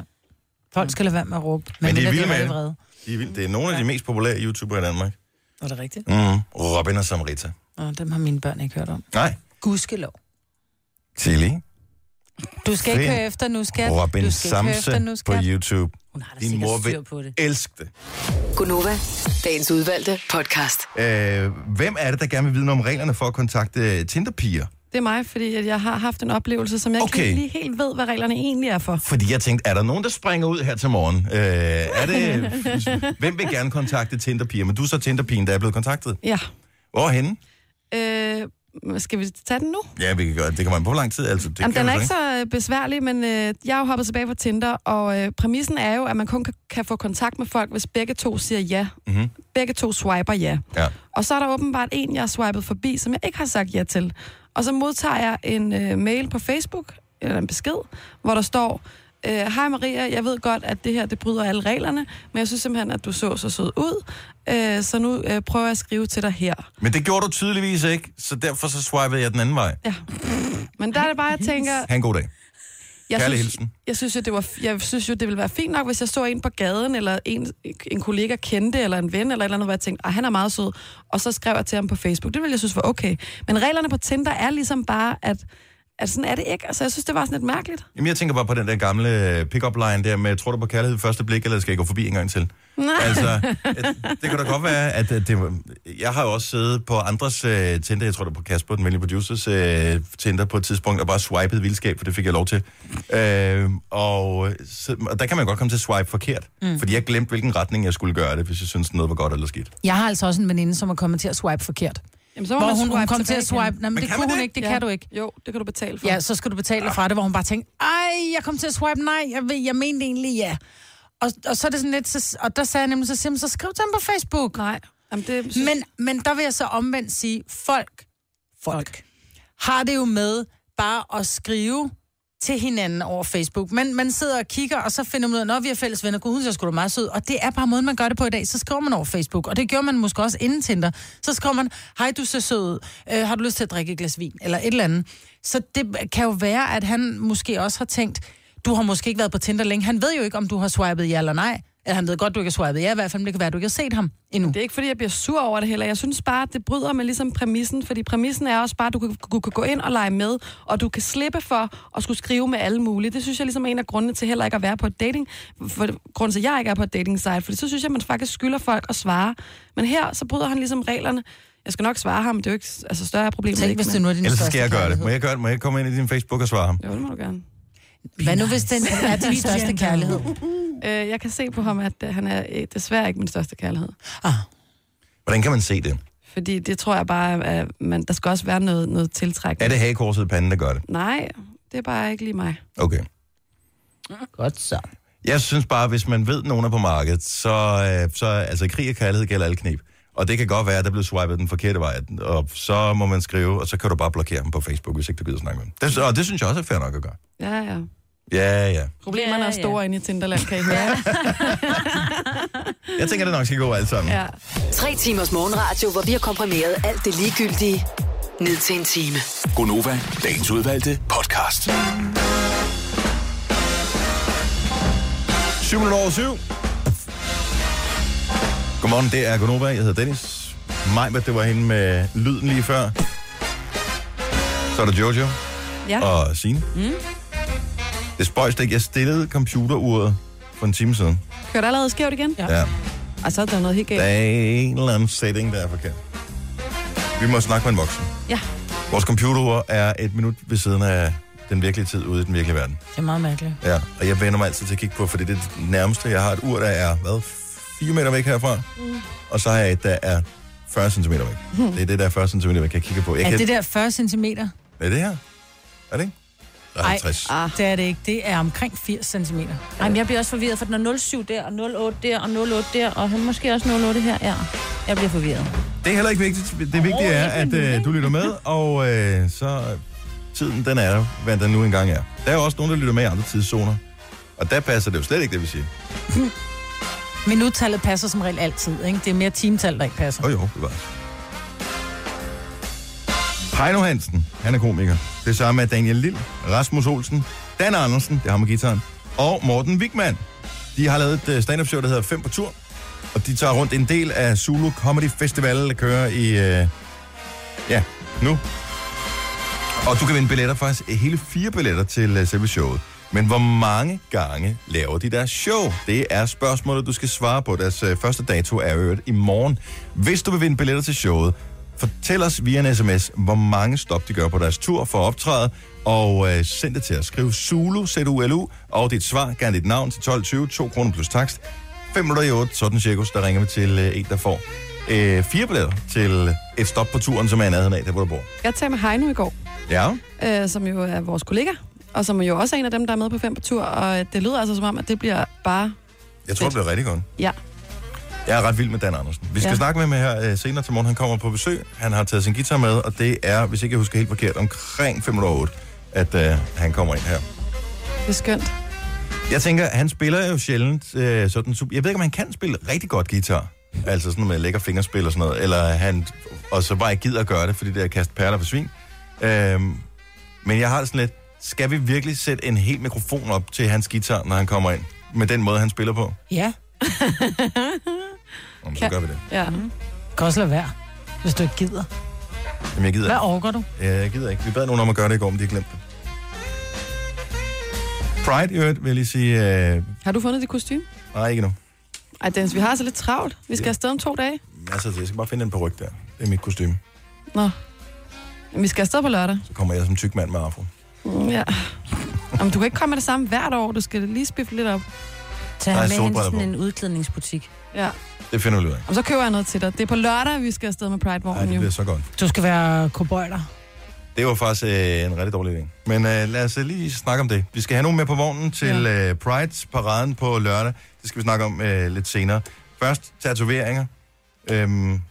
Speaker 4: Folk skal lade være med at råbe.
Speaker 1: Men de
Speaker 4: mindre
Speaker 1: er vilde med
Speaker 4: rigtig
Speaker 1: det.
Speaker 4: vrede.
Speaker 1: De er vildt. Det er nogle af de mest populære YouTubere i Danmark.
Speaker 4: Er det rigtigt?
Speaker 1: Mm. Robin og Samrita.
Speaker 4: Nå, dem har mine børn ikke hørt om.
Speaker 1: Nej,
Speaker 4: Gudskelov.
Speaker 1: Tilly.
Speaker 4: Du skal ikke
Speaker 1: Find
Speaker 4: høre efter nu, skat.
Speaker 1: Robin
Speaker 4: du skal ikke høre
Speaker 1: Samse
Speaker 4: efter nu,
Speaker 1: på
Speaker 4: skat.
Speaker 1: YouTube.
Speaker 2: Hun har da
Speaker 1: Din
Speaker 2: sikkert
Speaker 1: mor
Speaker 2: styr på
Speaker 1: vil
Speaker 2: det.
Speaker 1: elske det.
Speaker 5: Gonova, dagens udvalgte podcast.
Speaker 1: Øh, hvem er det, der gerne vil vide noget om reglerne for at kontakte Tinder-piger?
Speaker 3: Det er mig, fordi at jeg har haft en oplevelse, som jeg
Speaker 1: Okay.
Speaker 3: okay. ikke lige helt ved, hvad reglerne egentlig er for.
Speaker 1: Fordi jeg tænkte, er der nogen, der springer ud her til morgen? Øh, er det, øh, hvem vil gerne kontakte Tinder-piger? Men du er så Tinder-pigen, der er blevet kontaktet.
Speaker 3: Ja.
Speaker 1: Hvorhenne?
Speaker 3: Øh, skal vi tage den nu?
Speaker 1: Ja, vi kan gøre det. Det kan man på hvor lang tid. Altså, det
Speaker 3: Jamen,
Speaker 1: kan
Speaker 3: den er
Speaker 1: man
Speaker 3: ikke så øh, besværlig, men øh, jeg er jo hoppet tilbage på Tinder, og øh, præmissen er jo, at man kun kan, kan få kontakt med folk, hvis begge to siger ja.
Speaker 1: Mhm.
Speaker 3: Begge to swiper ja.
Speaker 1: Ja.
Speaker 3: Og så er der åbenbart en, jeg har swipet forbi, som jeg ikke har sagt ja til. Og så modtager jeg en øh, mail på Facebook, eller en besked, hvor der står, øh, Hej Maria, jeg ved godt, at det her det bryder alle reglerne, men jeg synes simpelthen, at du så så sød ud, øh, så nu øh, prøver jeg at skrive til dig her.
Speaker 1: Men det gjorde du tydeligvis ikke, så derfor så swipede jeg den anden vej.
Speaker 3: Men der er det bare, jeg tænker...
Speaker 1: Ha' en god dag.
Speaker 3: Jeg
Speaker 1: Kærlig
Speaker 3: synes,
Speaker 1: hilsen.
Speaker 3: Jeg synes, jo, det var, jeg synes jo, det ville være fint nok, hvis jeg så en på gaden, eller en, en kollega kendte, eller en ven, eller et eller andet, hvor jeg tænkte, at han er meget sød, og så skrev jeg til ham på Facebook. Det ville jeg synes var okay. Men reglerne på Tinder er ligesom bare, at, at sådan er det ikke. Altså, jeg synes, det var sådan lidt mærkeligt.
Speaker 1: Jamen, jeg tænker bare på den der gamle øh, pick-up line der med, tror du på kærlighed ved første blik, eller skal jeg gå forbi en gang til?
Speaker 3: Nej.
Speaker 1: Altså, øh, det kan da godt være, at øh, det, var- jeg har jo også siddet på andres uh, Tinder, jeg tror det var på Kasper, den venlige producers uh, Tinder på et tidspunkt, og bare swipede vildskab, for det fik jeg lov til. Uh, og, øh, så, og der kan man godt komme til at swipe forkert, mm. fordi jeg glemte, hvilken retning jeg skulle gøre det, hvis jeg synes noget var godt eller skidt.
Speaker 4: Jeg har altså også en veninde, som er kommet til at swipe forkert.
Speaker 3: Jamen, så
Speaker 4: Hvor
Speaker 3: man
Speaker 4: hun, hun
Speaker 3: swipe
Speaker 4: kom til
Speaker 3: tilbage
Speaker 4: at swipe.
Speaker 3: igen.
Speaker 4: Nej, men, men det
Speaker 1: kan
Speaker 4: kunne
Speaker 1: man
Speaker 4: hun
Speaker 1: det?
Speaker 4: ikke, det ja. kan du ikke.
Speaker 3: Jo, det kan du betale for.
Speaker 4: Ja, så skal du betale fra det, hvor hun bare tænkte, ej, jeg kom til at swipe nej, jeg, ved, jeg mente egentlig ja. Og, og så er det sådan lidt, så, og der sagde jeg nemlig så simpelthen, så skriv til ham på Facebook.
Speaker 3: Nej. Jamen, det, synes,
Speaker 4: Men, men der vil jeg så omvendt sige, folk, folk, har det jo med bare at skrive til hinanden over Facebook. Men man sidder og kigger, og så finder man ud af, når vi er fælles venner, gud, hun ser sgu da meget sød. Og det er bare måden, man gør det på i dag. Så skriver man over Facebook, og det gjorde man måske også inden Tinder. Så skriver man, hej, du ser sød ud. Øh, har du lyst til at drikke et glas vin? Eller et eller andet. Så det kan jo være, at han måske også har tænkt, du har måske ikke været på Tinder længe. Han ved jo ikke, om du har swipet ja eller nej. Eller han ved godt, du ikke har swipet. Ja, i hvert fald, men det kan være, du ikke har set ham endnu.
Speaker 3: Det er ikke, fordi jeg bliver sur over det heller. Jeg synes bare, at det bryder med ligesom præmissen, fordi præmissen er også bare, at du kan, du kan gå ind og lege med, og du kan slippe for at skulle skrive med alle mulige. Det synes jeg ligesom er en af grundene til heller ikke at være på et dating. For, grunden til, at jeg ikke er på et dating site, fordi så synes jeg, at man faktisk skylder folk at svare. Men her, så bryder han ligesom reglerne. Jeg skal nok svare ham, det er jo ikke altså, større problem.
Speaker 4: Tænk, hvis det nu er din
Speaker 1: Ellers så
Speaker 4: største
Speaker 1: skal jeg gøre det. Må
Speaker 4: kærlighed.
Speaker 1: jeg gøre det? Må jeg komme ind i din Facebook og svare ham?
Speaker 3: Jo, det må du gerne.
Speaker 7: Hvad nu, hvis den er din største kærlighed?
Speaker 3: Øh, jeg kan se på ham, at øh, han er øh, desværre ikke min største kærlighed.
Speaker 1: Hvordan kan man se det?
Speaker 3: Fordi det tror jeg bare, at man, der skal også være noget, noget tiltrækkende.
Speaker 1: Er det hagekorset i panden, der gør det?
Speaker 3: Nej, det er bare ikke lige mig.
Speaker 1: Okay.
Speaker 4: Godt så.
Speaker 1: Jeg synes bare, hvis man ved, at nogen er på markedet, så, øh, så altså, krig og kærlighed gælder alle knep. Og det kan godt være, at der blev swipet den forkerte vej, og så må man skrive, og så kan du bare blokere dem på Facebook, hvis ikke du gider snakke med dem. Det, og det synes jeg også er fair nok at gøre.
Speaker 3: Ja, ja.
Speaker 1: Ja, ja.
Speaker 3: Problemerne
Speaker 2: Ja,
Speaker 3: ja, er store ja. inde i Tinderland, kan I høre.
Speaker 1: Jeg tænker, det nok skal gå alt sammen. Ja.
Speaker 3: ja.
Speaker 5: Tre timers morgenradio, hvor vi har komprimeret alt det ligegyldige ned til en time.
Speaker 6: Gonova, dagens udvalgte podcast.
Speaker 1: 7 minutter over 7. Godmorgen, det er Gunova. Jeg hedder Dennis. Mig, det var hende med lyden lige før. Så er der Jojo.
Speaker 3: ja.
Speaker 1: og Signe. Mm. Det spøjste ikke. Jeg stillede computeruret for en time siden.
Speaker 3: Kører det allerede skævt igen?
Speaker 4: Ja.
Speaker 1: Ja.
Speaker 3: Og så er der noget helt
Speaker 1: Der
Speaker 3: galt.
Speaker 1: er en eller anden setting, der er forkert. Vi må snakke med en voksen.
Speaker 3: Ja.
Speaker 1: Vores computerur er et minut ved siden af den virkelige tid ude i den virkelige verden.
Speaker 4: Det er meget mærkeligt.
Speaker 1: Ja, og jeg vender mig altid til at kigge på, fordi det er det nærmeste, jeg har et ur, der er, hvad, 4 meter væk herfra. Mm. Og så har jeg et, der er 40 cm væk. Det er det, der er 40 cm væk, jeg kigger på. Jeg
Speaker 4: Hmm. Er det
Speaker 1: kan...
Speaker 4: der 40 cm?
Speaker 1: er det her? Er det ikke? Der er
Speaker 4: Ej.
Speaker 1: 50.
Speaker 4: Ah. Det er det ikke. Det er omkring 80 cm.
Speaker 2: Ej, men jeg bliver også forvirret, for den er 07 der, og 08 der, og 08 der, og han måske også 08 her. Ja, jeg bliver forvirret.
Speaker 1: Det er heller ikke vigtigt. Det vigtige er, at øh, du lytter med, og øh, så øh, tiden, den er, hvad den nu engang er. Der er jo også nogen, der lytter med i andre tidszoner. Og der passer det jo slet ikke, det vi siger.
Speaker 4: Minuttallet passer som regel altid, ikke? Det er mere timetal, der ikke passer.
Speaker 1: Åh oh, jo, det var det. Heino Hansen, han er komiker. Det samme er Daniel Lille, Rasmus Olsen, Dan Andersen, det har med gitaren, og Morten Wigman. De har lavet et øh, stand-up show, der hedder 5 på tur, og de tager rundt en del af Zulu Comedy Festival, der kører i, øh, ja, nu. Og du kan vinde billetter, faktisk øh, hele fire billetter til øh, selve showet. Men hvor mange gange laver de deres show? Det er spørgsmålet, du skal svare på. Deres øh, første dato er øvrigt i morgen. Hvis du vil vinde billetter til showet, fortæl os via en sms, hvor mange stop de gør på deres tur for at optræde, og øh, send det til os. Skriv Zulu, z u l -U, og dit svar, gerne dit navn til 12.20, 2 kroner plus takst. 5 minutter i 8, sådan cirkus, der ringer vi til øh, en, der får øh, fire billetter til et stop på turen, som er i nærheden af, der hvor du bor.
Speaker 3: Jeg talte med Heino i går,
Speaker 1: Ja.
Speaker 3: øh, som jo er vores kollega, og som jo også er en af dem, der er med på fem på tur, og øh, det lyder altså som om, at det bliver bare...
Speaker 1: Jeg tror, det bliver rigtig godt.
Speaker 3: Ja,
Speaker 1: Jeg er ret vild med Dan Andersen. Vi skal ja.
Speaker 3: Ja.
Speaker 1: snakke med ham her øh, senere til morgen. Han kommer på besøg. Han har taget sin guitar med, og det er, hvis ikke jeg husker helt forkert, omkring 508, at øh, han kommer ind her.
Speaker 3: det er skønt.
Speaker 1: Jeg tænker, han spiller jo sjældent øh, sådan super... Jeg ved ikke, om han kan spille rigtig godt guitar. Altså sådan med lækker fingerspil og sådan noget. Eller han... Og så bare ikke gider at gøre det, fordi det er at kaste perler for svin. Øhm, men jeg har det sådan lidt... Skal vi virkelig sætte en hel mikrofon op til hans guitar, når han kommer ind? Med den måde, han spiller på?
Speaker 4: Ja,
Speaker 1: Jamen, så
Speaker 3: Kan-
Speaker 1: gør vi det.
Speaker 3: Ja.
Speaker 4: kan også lade være, hvis du ikke gider.
Speaker 1: Jamen, jeg gider
Speaker 4: Hvad
Speaker 1: ikke.
Speaker 4: overgår du?
Speaker 1: Ja, jeg gider ikke. Vi bad nogen om at gøre det i går, men de har glemt det. Pride i øvrigt, vil jeg lige sige... Øh,
Speaker 3: Har du fundet dit kostume?
Speaker 1: nej, ikke nu.
Speaker 3: Ej, Dennis, vi har altså lidt travlt. Vi skal afsted om to dage.
Speaker 1: Masser til. Jeg skal bare finde en peruk der. Det er mit kostume.
Speaker 3: Nå. Men Vi skal afsted på lørdag.
Speaker 1: Så kommer jeg som tyk mand med afro.
Speaker 3: Mm, Ja. Jamen, du kan ikke komme med det samme hvert år. Du skal lige spifte lidt op.
Speaker 2: Tag
Speaker 1: Der er
Speaker 2: ham med hen til
Speaker 1: solbriller
Speaker 2: sådan
Speaker 1: på.
Speaker 2: en udklædningsbutik.
Speaker 3: Ja.
Speaker 1: Det finder vi ud af.
Speaker 3: Jamen, så køber jeg noget til dig. Det er på lørdag, vi skal afsted med Pride
Speaker 1: Nej,
Speaker 3: Morgen.
Speaker 1: det
Speaker 3: jo.
Speaker 1: bliver så godt.
Speaker 4: Du skal være kobøjler.
Speaker 1: Det var faktisk øh, en rigtig dårlig idé. Men øh, lad os øh, lige snakke om det. Vi skal have nogen med på vognen til øh, Pride-paraden på lørdag. Det skal vi snakke om øh, lidt senere. Først tatoveringer. Øhm,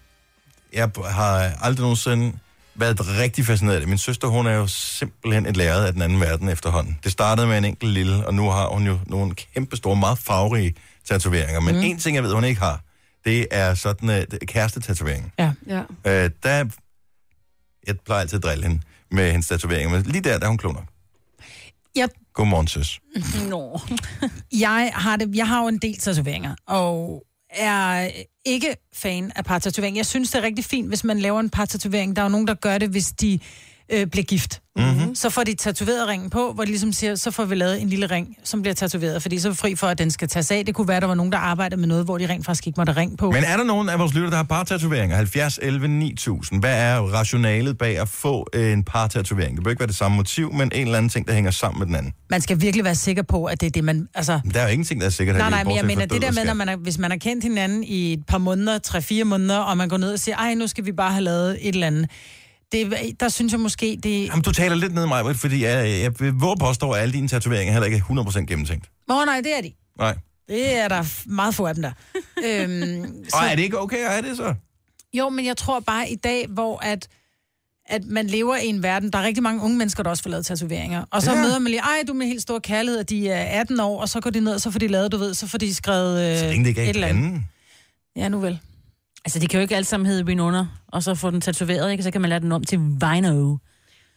Speaker 1: jeg har aldrig nogensinde været rigtig fascineret af det. Min søster, hun er jo simpelthen et lærred af den anden verden efterhånden. Det startede med en enkelt lille, og nu har hun jo nogle kæmpe store, meget farverige tatoveringer. Men mm. en ting, jeg ved, hun ikke har, det er sådan øh, kærestetatoveringer.
Speaker 3: Ja.
Speaker 1: Øh, der, jeg plejer altid at drille hende med hendes tatoveringer, men lige der, der er hun kloner.
Speaker 4: Jeg
Speaker 1: Godmorgen, søs.
Speaker 4: Nå. jeg, har det, jeg har jo en del tatoveringer, og er ikke fan af partatovering. Jeg synes, det er rigtig fint, hvis man laver en partatovering. Der er jo nogen, der gør det, hvis de øh, bliver gift.
Speaker 1: Mhm.
Speaker 4: Mm-hmm. Så får de tatoveret ringen på, hvor de ligesom siger, så får vi lavet en lille ring, som bliver tatoveret, fordi så er vi fri for, at den skal tages af. Det kunne være, der var nogen, der arbejdede med noget, hvor de rent faktisk ikke måtte ringe på.
Speaker 1: Men er der nogen af vores lytter, der har partatoveringer? 70, 11, 9000. Hvad er rationalet bag at få øh, en partatovering? Det bør ikke være det samme motiv, men en eller anden ting, der hænger sammen med den anden.
Speaker 4: Man skal virkelig være sikker på, at det er det, man... Altså,
Speaker 1: Men Der er jo ingenting, der er sikkert. her
Speaker 4: Nej,
Speaker 1: i
Speaker 4: nej,
Speaker 1: livet,
Speaker 4: men jeg
Speaker 1: bortset fra
Speaker 4: mener, det
Speaker 1: død
Speaker 4: der
Speaker 1: og
Speaker 4: med, når man
Speaker 1: skab.
Speaker 4: er, hvis man har kendt hinanden i et par måneder, tre-fire måneder, og man går ned og siger, ej, nu skal vi bare have lavet et eller andet. Det, er- der synes jeg måske, det...
Speaker 1: Jamen, du taler lidt ned i mig, fordi jeg, jeg vil våge påstå, at alle dine tatoveringer heller ikke er 100% gennemtænkt.
Speaker 4: Åh, nej, det er de.
Speaker 1: Nej.
Speaker 4: Det er der f- meget få af dem der. øhm,
Speaker 1: Og er det ikke okay at have det så?
Speaker 4: jo, men jeg tror bare i dag, hvor at at man lever i en verden, der er rigtig mange unge mennesker, der også får lavet tatoveringer. Og så
Speaker 1: Ja.
Speaker 4: ja. møder man lige, ej, du er med helt stor kærlighed, og de er 18 år, og så går de ned, og så får de lavet, du ved, så får de skrevet øh,
Speaker 1: Så længe det ikke er
Speaker 4: et
Speaker 1: en
Speaker 4: eller andet.
Speaker 1: anden.
Speaker 4: Ja, nu vel.
Speaker 2: Altså, de kan jo ikke alle sammen hedde Winona, og så få den tatoveret, ikke? Så kan man lade den om til Vino.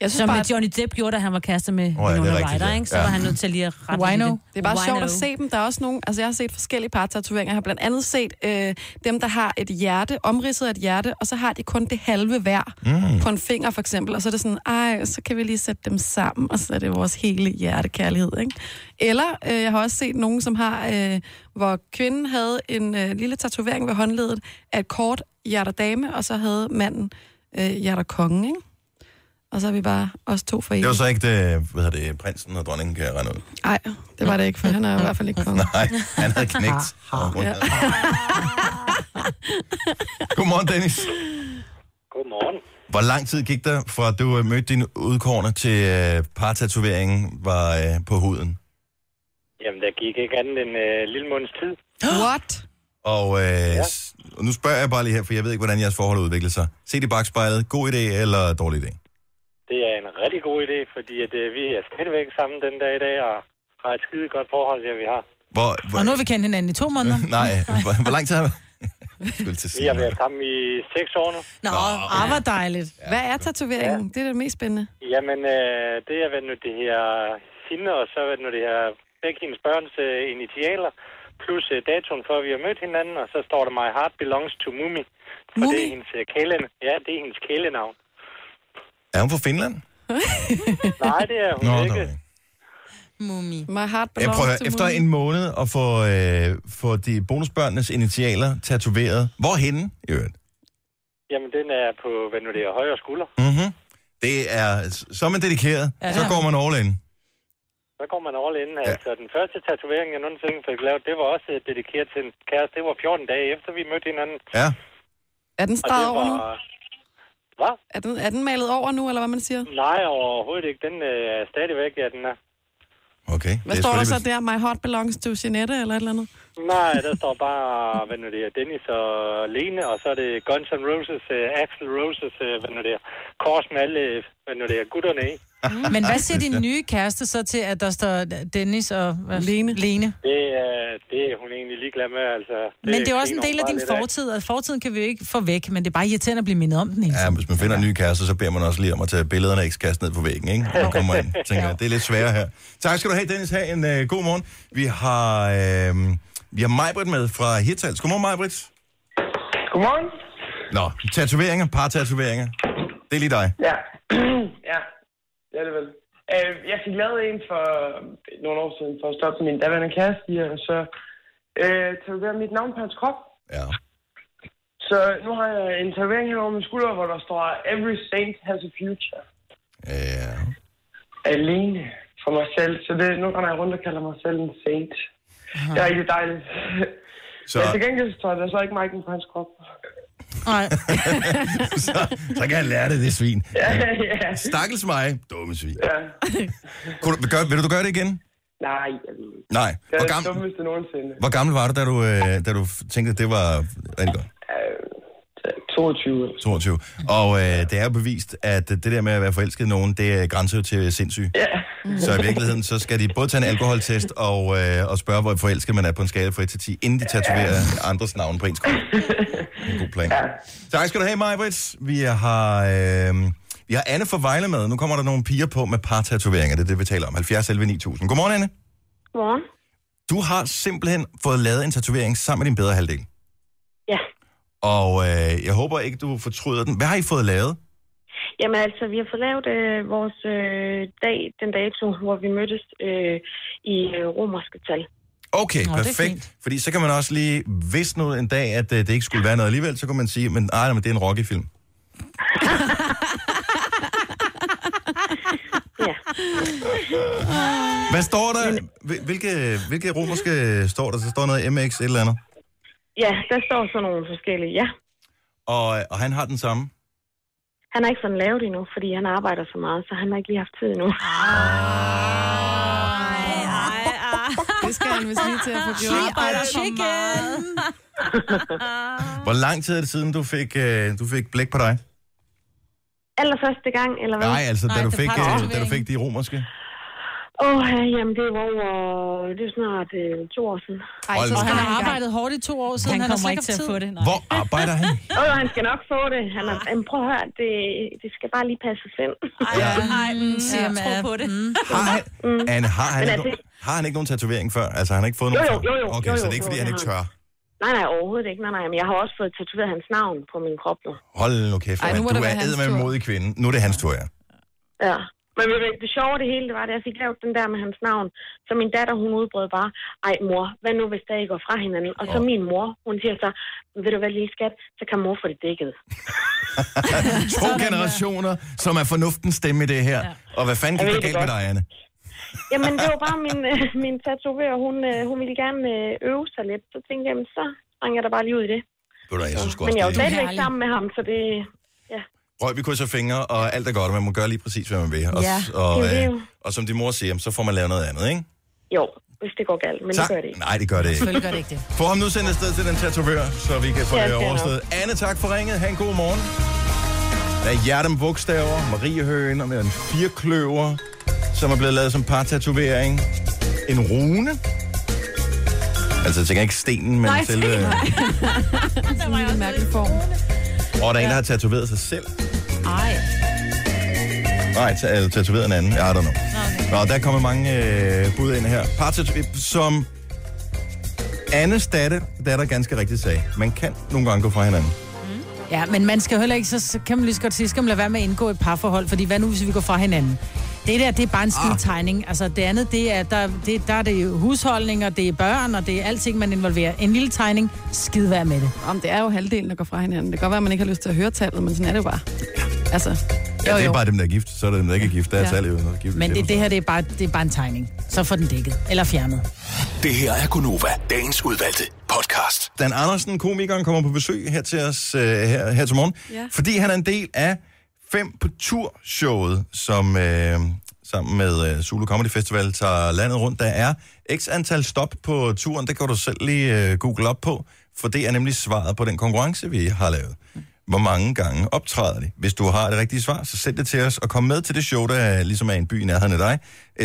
Speaker 3: Jeg synes
Speaker 2: Som
Speaker 3: bare,
Speaker 2: bare... Johnny Depp gjorde, da han var kæreste med
Speaker 1: er
Speaker 2: oh, ja, Winona
Speaker 1: rigtigt,
Speaker 2: Ryder,
Speaker 1: ja.
Speaker 2: ikke? Så
Speaker 1: Ja.
Speaker 2: var han nødt til lige at rette
Speaker 4: Wino.
Speaker 2: lidt.
Speaker 3: Det er bare sjovt
Speaker 2: Wino.
Speaker 3: at se dem. Der er også nogle, altså jeg har set forskellige partatoveringer. Jeg har blandt andet set øh, dem, der har et hjerte, omridset af et hjerte, og så har de kun det halve hver mm. på en finger for eksempel. Og så er det sådan, ej, så kan vi lige sætte dem sammen, og så er det vores hele hjertekærlighed. Ikke? Eller øh, jeg har også set nogen, som har, øh, hvor kvinden havde en øh, lille tatovering ved håndledet af et kort hjerter dame, og så havde manden øh, hjerter kongen. Ikke? Og så er vi bare os to for
Speaker 1: Det var
Speaker 3: evigt.
Speaker 1: så ikke det, hvad hedder det, prinsen og dronningen, kan jeg regne ud.
Speaker 3: Nej, det var det ikke, for han er i hvert fald ikke konge.
Speaker 1: Nej, han havde knægt. Ja. Godmorgen, Dennis.
Speaker 10: Godmorgen.
Speaker 1: Hvor lang tid gik der, fra du øh, mødte din udkårne til øh, partatoveringen var øh, på huden?
Speaker 10: Jamen, der gik ikke andet end øh, lille måneds tid.
Speaker 3: What?
Speaker 1: Og øh, ja. nu spørger jeg bare lige her, for jeg ved ikke, hvordan jeres forhold udvikler sig. Se det i bagspejlet. God idé eller dårlig idé?
Speaker 10: Det er en rigtig god idé, fordi at, øh, vi er stadigvæk sammen den dag i dag, og har et skide godt forhold, det vi har.
Speaker 1: Hvor, hvor,
Speaker 4: Og nu har vi kendt hinanden i to måneder.
Speaker 1: Nej, hvor, hvor lang tid har vi? Skulle til at
Speaker 10: Vi
Speaker 1: sige
Speaker 10: har
Speaker 1: noget.
Speaker 10: været sammen i seks år nu.
Speaker 4: Nå, ah, hvor dejligt.
Speaker 3: Hvad er tatoveringen? Ja. Det er det mest spændende.
Speaker 10: Jamen, øh, det er været nu det her hende, og så er nu det her begge hendes børns øh, initialer, plus øh, datoen for, at vi har mødt hinanden, og så står der, My heart belongs to Mumi. For det er hendes øh, kælen. Ja, det er hendes kælenavn.
Speaker 1: Er hun fra Finland?
Speaker 10: Nej, det er hun
Speaker 1: Nå,
Speaker 10: ikke.
Speaker 1: nej.
Speaker 4: Mumi.
Speaker 3: My heart
Speaker 1: Jeg
Speaker 3: belongs
Speaker 1: prøver,
Speaker 3: to
Speaker 1: efter
Speaker 3: Moon.
Speaker 1: en måned at få, øh, få de bonusbørnenes initialer tatoveret. Hvor henne, i øvrigt?
Speaker 10: Jamen, den er på, hvad nu det er, højre skulder.
Speaker 1: Mm-hmm. Det er, så er man dedikeret, ja.
Speaker 4: Ja.
Speaker 1: så går man all in.
Speaker 10: Så går man all in. Altså, den første tatovering, jeg nogensinde fik lavet, det var også øh, dedikeret til en kæreste. Det var 14 dage efter, vi mødte hinanden.
Speaker 1: Ja.
Speaker 3: Er den
Speaker 10: Og det
Speaker 3: streget over
Speaker 10: var...
Speaker 3: nu?
Speaker 10: Hvad?
Speaker 3: Er den, er den malet over nu, eller hvad man siger?
Speaker 10: Nej, overhovedet ikke. Den øh, er stadigvæk, ja, den er.
Speaker 1: Okay.
Speaker 3: Hvad
Speaker 1: Det er
Speaker 3: står der
Speaker 1: sgu
Speaker 3: så
Speaker 1: lige-
Speaker 3: der? My heart belongs to Jeanette, eller et eller andet?
Speaker 10: Nej, der står bare, hvad nu det er, Dennis og Lene, og så er det Guns N' Roses, uh, Axel Roses, uh, hvad nu det er, kors med alle, øh, hvad nu det er, gutterne i.
Speaker 4: Men hvad siger din nye kæreste så til, at der står Dennis og hvad? Lene? Lene.
Speaker 10: Det, uh, det er hun egentlig ligeglad med, altså.
Speaker 4: Men det er også en
Speaker 10: griner
Speaker 4: del
Speaker 10: hun
Speaker 4: af
Speaker 10: bare
Speaker 4: din
Speaker 10: lidt
Speaker 4: fortid, og fortiden kan vi jo ikke få væk, men det er bare irriterende at blive mindet om den hele
Speaker 1: Ja,
Speaker 4: tiden.
Speaker 1: hvis man finder en ny kæreste, så beder man også lige om at tage billederne af ekskæresten ned på væggen, ikke? Og kommer ind, tænker, jeg, det er lidt sværere her. Tak skal du have, Dennis. Ha' en øh, god morgen. Vi har, øh, vi har Majbrit med fra Hirtals. Godmorgen, Majbrit.
Speaker 11: Godmorgen.
Speaker 1: Nå, tatoveringer, partatoveringer. Det er lige dig.
Speaker 11: Ja. ja, det er det vel. Øh, jeg fik lavet en for øh, nogle år siden for at stoppe min daværende kæreste, i, og så øh, tatoverede mit navn på hans krop.
Speaker 1: Ja.
Speaker 11: Så nu har jeg en tatovering her over min skulder, hvor der står, Every saint has a future.
Speaker 1: Ja.
Speaker 11: Alene for mig selv. Så det, nu render jeg rundt og kalder mig selv en saint. Det er rigtig dejligt. Så...
Speaker 1: Så,
Speaker 11: Men til gengæld så er der så ikke mærken på hans krop.
Speaker 4: Nej.
Speaker 1: så, så kan han lære det, det svin.
Speaker 11: ja, ja.
Speaker 1: Stakkels mig, dumme svin.
Speaker 11: ja.
Speaker 1: Kunne du, gør, vil du gøre det igen?
Speaker 11: Nej, jeg ved ikke.
Speaker 1: Nej.
Speaker 11: Det
Speaker 1: Hvor
Speaker 11: er det
Speaker 1: gammel,
Speaker 11: dummeste nogensinde.
Speaker 1: hvor gammel var du, da du, øh, da du f- tænkte, at det var rigtig godt?
Speaker 11: Øh, 22 eller
Speaker 1: 22. Og øh, det er jo bevist, at det der med at være forelsket i nogen, det er grænser jo til sindssyg. Yeah. Så i virkeligheden, så skal de både tage en alkoholtest og, øh, og spørge, hvor forelsket man er på en skala fra 1 til 10, inden de tatoverer andres navn på ens krop. En god plan. Tak skal du have, Majbrits. Vi har, øh, vi Jeg har Anne fra Vejle med. Nu kommer der nogle piger på med partatoveringer. Det er det, vi taler om. 70 11 9000. Godmorgen, Anne.
Speaker 12: Godmorgen.
Speaker 1: Du har simpelthen fået lavet en tatovering sammen med din bedre halvdel.
Speaker 12: Ja.
Speaker 1: Og øh, jeg håber ikke, du fortryder den. Hvad har I fået lavet?
Speaker 12: Jamen altså, vi har fået lavet øh, vores øh, dag, den dato, hvor vi mødtes øh, i øh, romerske tal.
Speaker 1: Okay,
Speaker 12: Nå,
Speaker 1: Nå,
Speaker 12: det er
Speaker 1: perfekt. Fordi så kan man også lige, hvis nu en dag, at øh, det ikke skulle være noget alligevel, så kan man sige, men ej, nej, men det er en Rocky-film. Hvad står der? Hvil- Hvilke, hvilke romerske står der? Så står noget MX et eller andet.
Speaker 12: Ja, der står sådan nogle forskellige, ja.
Speaker 1: Og, øh, og han har den samme.
Speaker 12: Han har ikke fået den lavet endnu, fordi han arbejder så meget, så han har ikke lige haft tid endnu.
Speaker 3: Det skal han vist lige til at få gjort.
Speaker 4: She
Speaker 3: Arbejder for
Speaker 4: chicken.
Speaker 3: meget.
Speaker 1: Hvor lang tid er det siden, du fik, øh, du fik blæk på dig?
Speaker 12: Allerførste gang, eller hvad?
Speaker 1: Nej, altså, da, du fik, øh, da du
Speaker 12: Åh,
Speaker 1: fik de romerske.
Speaker 12: oh, jamen det var over, det er snart øh, to år siden.
Speaker 1: Ej, så
Speaker 4: Og han har arbejdet hårdt i to år siden.
Speaker 12: Han
Speaker 4: har
Speaker 12: kommer
Speaker 4: slet
Speaker 12: ikke til
Speaker 4: haft
Speaker 12: at
Speaker 4: tid.
Speaker 12: få det,
Speaker 1: Hvor arbejder han?
Speaker 12: Åh, oh, han skal nok få det. Han er, jamen, prøv at høre, det, det skal bare lige passes ind. Ej,
Speaker 1: Ja.
Speaker 12: ej, mm,
Speaker 4: siger man.
Speaker 12: på det.
Speaker 1: Har han,
Speaker 12: Mm.
Speaker 1: Anne, har han,
Speaker 12: Men
Speaker 1: ikke,
Speaker 12: altså-
Speaker 1: no- har han ikke nogen tatovering før? Altså, han har ikke fået
Speaker 12: Jo,
Speaker 1: nogen
Speaker 12: jo,
Speaker 1: før?
Speaker 12: jo, jo,
Speaker 1: Okay,
Speaker 12: jo,
Speaker 1: så det
Speaker 12: jo,
Speaker 1: er ikke, fordi
Speaker 12: jo,
Speaker 1: han
Speaker 12: det
Speaker 1: ikke
Speaker 12: har
Speaker 1: tør.
Speaker 12: Nej, nej, overhovedet ikke. Nej, nej, men jeg har også fået tatoveret hans navn på min krop nu.
Speaker 1: Hold nu kæft,
Speaker 12: Ej, nu
Speaker 1: mand.
Speaker 12: må
Speaker 1: Du
Speaker 12: det være
Speaker 1: er
Speaker 12: hans
Speaker 1: æd med en
Speaker 12: tur.
Speaker 1: modig kvinde. Nu er det hans tur, ja.
Speaker 12: Ja. Men ved du hvad, det sjove af det hele, det var, at jeg fik lavet den der med hans navn. Så min datter, hun udbrød bare, ej mor, hvad nu hvis der I går fra hinanden? Og så min mor, hun siger så, ved du hvad, lille skat, så kan mor få det dækket.
Speaker 1: To generationer, som er fornuftens stemme i det her. Og hvad fanden
Speaker 12: Jeg
Speaker 1: gik
Speaker 12: ved
Speaker 1: der
Speaker 12: det
Speaker 1: galt med
Speaker 12: godt.
Speaker 1: dig, Anne?
Speaker 12: Jamen, det var bare min, øh, min tatoverer, hun, øh, hun ville gerne øh, øve sig lidt. Så tænkte jeg, "Jamen, så sprang jeg da bare lige ud i det.
Speaker 1: Ved du, hvad, jeg synes sgu
Speaker 12: Men
Speaker 1: også,
Speaker 12: jeg er jo
Speaker 1: det-
Speaker 12: stadigvæk sammen med ham, så det...
Speaker 1: Prøv, vi krydser fingre, og alt er godt, og man må gøre lige præcis, hvad man vil. Og,
Speaker 12: Ja,
Speaker 1: og,
Speaker 12: det er det
Speaker 1: øh,
Speaker 12: jo.
Speaker 1: og som din mor siger, så får man lavet noget andet, ikke?
Speaker 12: Jo, hvis det går galt, men
Speaker 1: tak.
Speaker 12: det gør det ikke.
Speaker 1: Nej, det gør det ikke.
Speaker 7: gør det ikke det.
Speaker 1: Få ham nu sendt afsted til den tatovør, så vi kan få
Speaker 12: Ja,
Speaker 1: ja, det
Speaker 12: det skal jeg
Speaker 1: overstået. Anne, tak for ringet. Ha' en god morgen. Der er hjerte med bogstaver, Mariehøen og med en firkløver, som er blevet lavet som partatovering. En rune. Altså, jeg tænker ikke stenen, men øh,
Speaker 3: Nej,
Speaker 1: selve...
Speaker 3: Det var en mærkelig form.
Speaker 1: Og der er en, der har tatoveret sig selv.
Speaker 3: Ej.
Speaker 1: Nej, ta- eller tatoveret en anden. Jeg har der nu. Nå, der kommer mange øh, bud ind her. Partatovering, som Annes datter, datter ganske rigtigt sagde. Man kan nogle gange gå fra hinanden.
Speaker 4: Ja, men man skal jo heller ikke, så- så kan man lige så godt sige, skal man lade være med at indgå et parforhold, fordi hvad nu, hvis vi går fra hinanden? Det der, det er bare en
Speaker 1: Ah.
Speaker 4: skide tegning. Altså det andet, det er, der, det, der er det jo husholdning, og det er børn, og det er alting, man involverer. En lille tegning, skide vær med det.
Speaker 3: Om det er jo halvdelen, der går fra hinanden. Det kan godt være, at man ikke har lyst til at høre tallet, men sådan er det jo bare. Altså,
Speaker 1: Ja,
Speaker 3: jo,
Speaker 1: det er
Speaker 3: jo.
Speaker 1: bare dem, der er gift. Så er det dem, der ikke er gift. Der er
Speaker 3: Ja.
Speaker 1: ja. jo noget gift.
Speaker 4: Men det, det her, det er, bare, det er bare en tegning. Så får den dækket. Eller fjernet.
Speaker 1: det her er Gunova, dagens udvalgte podcast. Dan Andersen, komikeren, kommer på besøg her til os øh, her, her til morgen.
Speaker 9: Ja.
Speaker 1: Fordi han er en del af Fem på Tur-showet, som øh, sammen med øh, Zulu Comedy Festival tager landet rundt. Der er x antal stop på turen. Det kan du selv lige øh, google op på, for det er nemlig svaret på den konkurrence, vi har lavet. Hvor mange gange optræder de? Hvis du har det rigtige svar, så send det til os og kom med til det show, der er ligesom er i en by i nærheden af dig.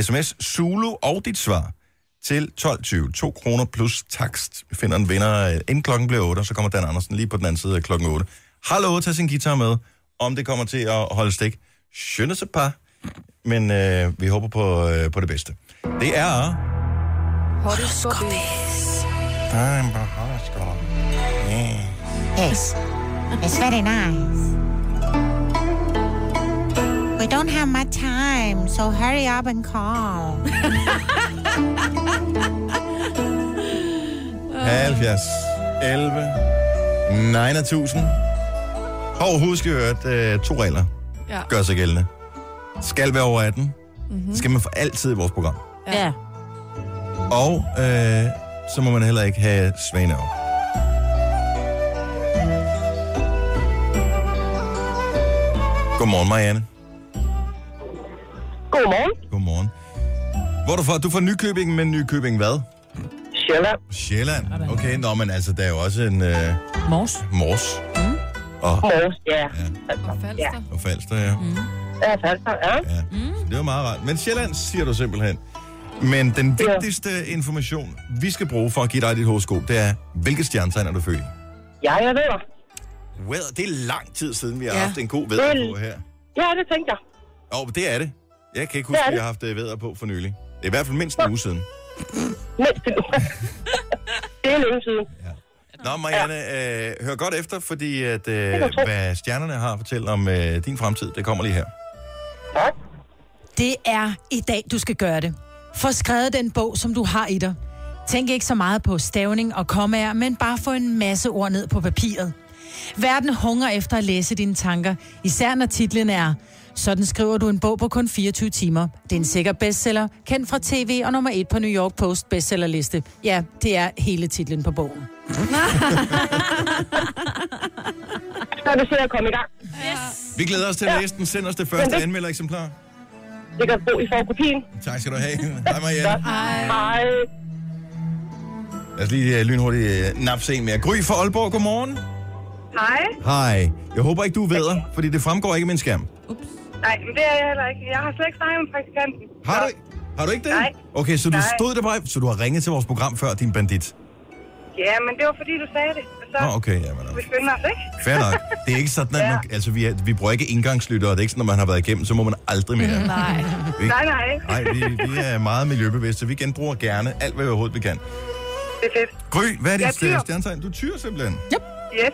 Speaker 1: SMS Zulu og dit svar til 12.20. 2 kroner plus takst. Vi finder en vinder, øh, inden klokken bliver 8, og så kommer Dan Andersen lige på den anden side af klokken 8. Har lovet at tage sin guitar med, om det kommer til at holde stik. Skønne sig par, men øh, vi håber på, øh, på det bedste. Det er...
Speaker 7: Horoskopis.
Speaker 1: Time for horoscope. Yeah.
Speaker 7: Yes. It's very nice. We don't have much time, so hurry up and call.
Speaker 1: 70, 11, 9000. Og husk jo, at øh, to regler
Speaker 3: Ja.
Speaker 1: gør sig gældende. Skal være over 18. Mm-hmm. Skal man for altid i vores program.
Speaker 2: Ja.
Speaker 1: Og øh, så må man heller ikke have svaneår. Godmorgen, Marianne.
Speaker 9: Mm-hmm.
Speaker 13: Godmorgen.
Speaker 1: Godmorgen. Hvor er du fra? Du er fra Nykøbing, men Nykøbing hvad?
Speaker 13: Sjælland.
Speaker 1: Sjælland. Okay, nå, men altså, der er jo også en... Øh,
Speaker 4: mors.
Speaker 1: Mors. Mm. Og,
Speaker 13: Mors, ja.
Speaker 3: Og Falster.
Speaker 1: og Falster, ja. Mm.
Speaker 13: Ja, Falster, ja.
Speaker 1: ja. Det var meget rart. Men Sjælland siger du simpelthen. Men den vigtigste information, vi skal bruge for at give dig dit horoskop, det er, hvilke stjernetegn er du født i?
Speaker 13: Jeg er ved.
Speaker 1: Well, det er lang tid siden, vi har
Speaker 13: Ja.
Speaker 1: haft en god
Speaker 13: Det er-
Speaker 1: ved på her.
Speaker 13: Ja, det tænkte jeg.
Speaker 1: Åh, oh, det er det. Jeg kan ikke
Speaker 13: Det
Speaker 1: huske,
Speaker 13: er
Speaker 1: at
Speaker 13: det.
Speaker 1: jeg har haft øh, vædder på for nylig. Det er i hvert fald mindst en uge siden.
Speaker 13: Mindst en uge. det er længe siden.
Speaker 1: Nå, Marianne, øh, hør godt efter, fordi at, øh,
Speaker 13: kan jeg tro.
Speaker 1: hvad stjernerne har at fortælle om øh, din fremtid, det kommer lige her.
Speaker 4: Det er i dag, du skal gøre det. Få skrevet den bog, som du har i dig. Tænk ikke så meget på stavning og kommaer, men bare få en masse ord ned på papiret. Verden hungrer efter at læse dine tanker, især når titlen er Sådan skriver du en bog på kun 24 timer. Det er en sikker bestseller, kendt fra tv og nummer 1 på New York Post bestsellerliste. Ja, det er hele titlen på bogen.
Speaker 13: Så er det sødt at komme i gang.
Speaker 1: Vi glæder os til at læse den. Send os det første
Speaker 13: Men det-
Speaker 1: anmelder eksemplar.
Speaker 13: Det kan bo i forkopien.
Speaker 1: Tak skal du have. Hej Marianne.
Speaker 13: Hej. Hej.
Speaker 1: Lad os lige øh, lynhurtigt øh, napse en mere. Gry fra Aalborg, godmorgen.
Speaker 9: Hej.
Speaker 1: Hej. Jeg håber ikke, du er vædder, fordi det fremgår ikke af min skærm.
Speaker 9: Nej, men det er jeg heller ikke. Jeg har slet ikke snakket med praktikanten.
Speaker 1: Har du, har du ikke det?
Speaker 9: Nej.
Speaker 1: Okay, så du
Speaker 9: Nej.
Speaker 1: stod der bare, så du har ringet til vores program før, din bandit.
Speaker 9: Ja, men det var fordi, du sagde det. Og Så
Speaker 1: Nå, okay, jamen.
Speaker 9: vi skynder os, ikke?
Speaker 1: Fair nok. Det er ikke sådan, at man, altså, vi, er, vi bruger ikke indgangslyttere, det er ikke sådan, når man har været igennem, så må man aldrig mere.
Speaker 9: Nej.
Speaker 1: Vi-
Speaker 9: Nej, nej.
Speaker 1: Nej, vi, vi er meget miljøbevidste. Vi genbruger gerne alt, hvad vi overhovedet vi kan.
Speaker 9: Det er fedt.
Speaker 1: Gry, hvad er
Speaker 9: Jeg er
Speaker 1: dit
Speaker 9: tyr.
Speaker 1: øh, stjernetegn? Du er tyr simpelthen.
Speaker 9: Yes.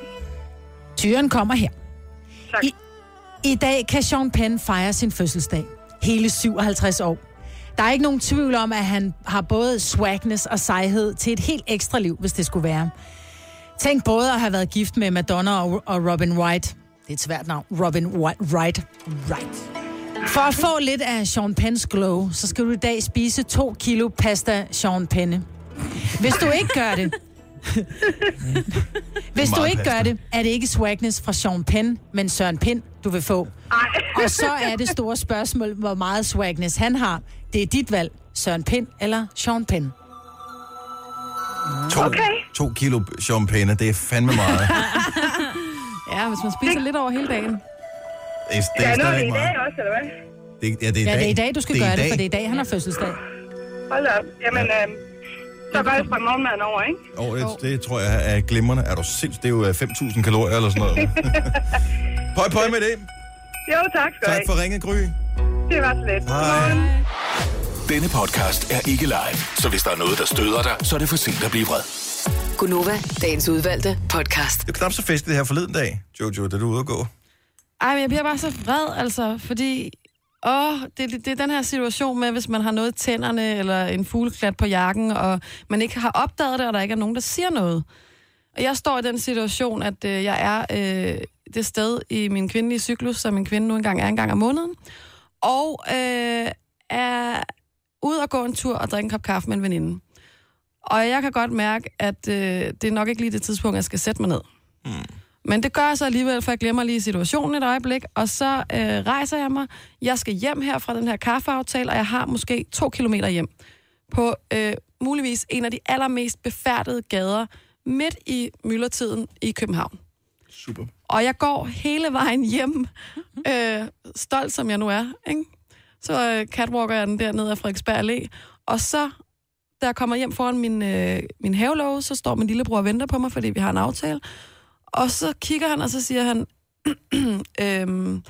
Speaker 4: Tyren kommer her. I, I dag kan Sean Penn fejre sin fødselsdag. Hele 57 år. Der er ikke nogen tvivl om, at han har både swagness og sejhed til et helt ekstra liv, hvis det skulle være. Tænk både at have været gift med Madonna og, og Robin Wright. Det er et svært navn. Robin Wright. Wright. Wright. For at få lidt af Sean Penns glow, så skal du i dag spise 2 kilo pasta Sean Penne. Hvis du ikke gør det, hvis du
Speaker 14: Meget
Speaker 4: ikke gør det, er det ikke swagness fra Sean Penn, men Søren Pind, du vil få. Og så er det store spørgsmål, hvor meget swagness han har. Det er dit valg, Søren Pind eller Sean Penn.
Speaker 1: To, to kilo champagne, det er fandme meget.
Speaker 3: Ja, hvis man spiser lidt over hele dagen.
Speaker 1: Det er, det er stadig meget.
Speaker 9: også, eller hvad?
Speaker 1: Det, ja, det er i
Speaker 4: Ja,
Speaker 1: dag.
Speaker 4: det er i dag, du skal
Speaker 1: Det er
Speaker 4: gøre
Speaker 1: i
Speaker 4: det, for
Speaker 1: dag.
Speaker 4: det er i dag, han har fødselsdag.
Speaker 9: Hold da op. Jamen, øhm, så var det fra morgenmaden over, ikke?
Speaker 1: Og det, det tror jeg er glimrende. Er du sindssygt? Det er jo øh, 5.000 kalorier eller sådan noget. Pøj, pøj med det.
Speaker 9: Jo, tak skal du
Speaker 1: Tak
Speaker 9: have.
Speaker 1: for ringet, Gry.
Speaker 9: Det var så lidt.
Speaker 1: Hej.
Speaker 6: Denne podcast er ikke live, så hvis der er noget, der støder dig, så er det for sent at blive vred.
Speaker 5: Gunova, dagens udvalgte podcast.
Speaker 1: Det var knap så festligt her forleden dag, Jojo, da du er ude at gå.
Speaker 3: Ej, men jeg bliver bare så vred, altså, fordi... Åh, det, det, det er den her situation med, hvis man har noget i tænderne, eller en fugleklat på jakken, og man ikke har opdaget det, og der ikke er nogen, der siger noget. Og jeg står i den situation, at øh, jeg er øh, det sted i min kvindelige cyklus, som en kvinde nu engang er en gang om måneden, og øh, er ude og gå en tur og drikke en kop kaffe med en veninde. Og jeg kan godt mærke, at øh, det er nok ikke lige det tidspunkt, jeg skal sætte mig ned. Men det gør jeg så alligevel, for jeg glemmer lige situationen et øjeblik, og så øh, rejser jeg mig. Jeg skal hjem her fra den her kaffeaftale, og jeg har måske to kilometer hjem på øh, muligvis en af de allermest befærdede gader midt i myldretiden i København.
Speaker 1: Super.
Speaker 3: Og jeg går hele vejen hjem, øh, stolt som jeg nu er, ikke? Så øh, catwalker jeg den dernede af Frederiksberg Allé, og så, da jeg kommer hjem foran min, øh, min havelåge, så står min lillebror og venter på mig, fordi vi har en aftale. Og så kigger han, og så siger han, øhm,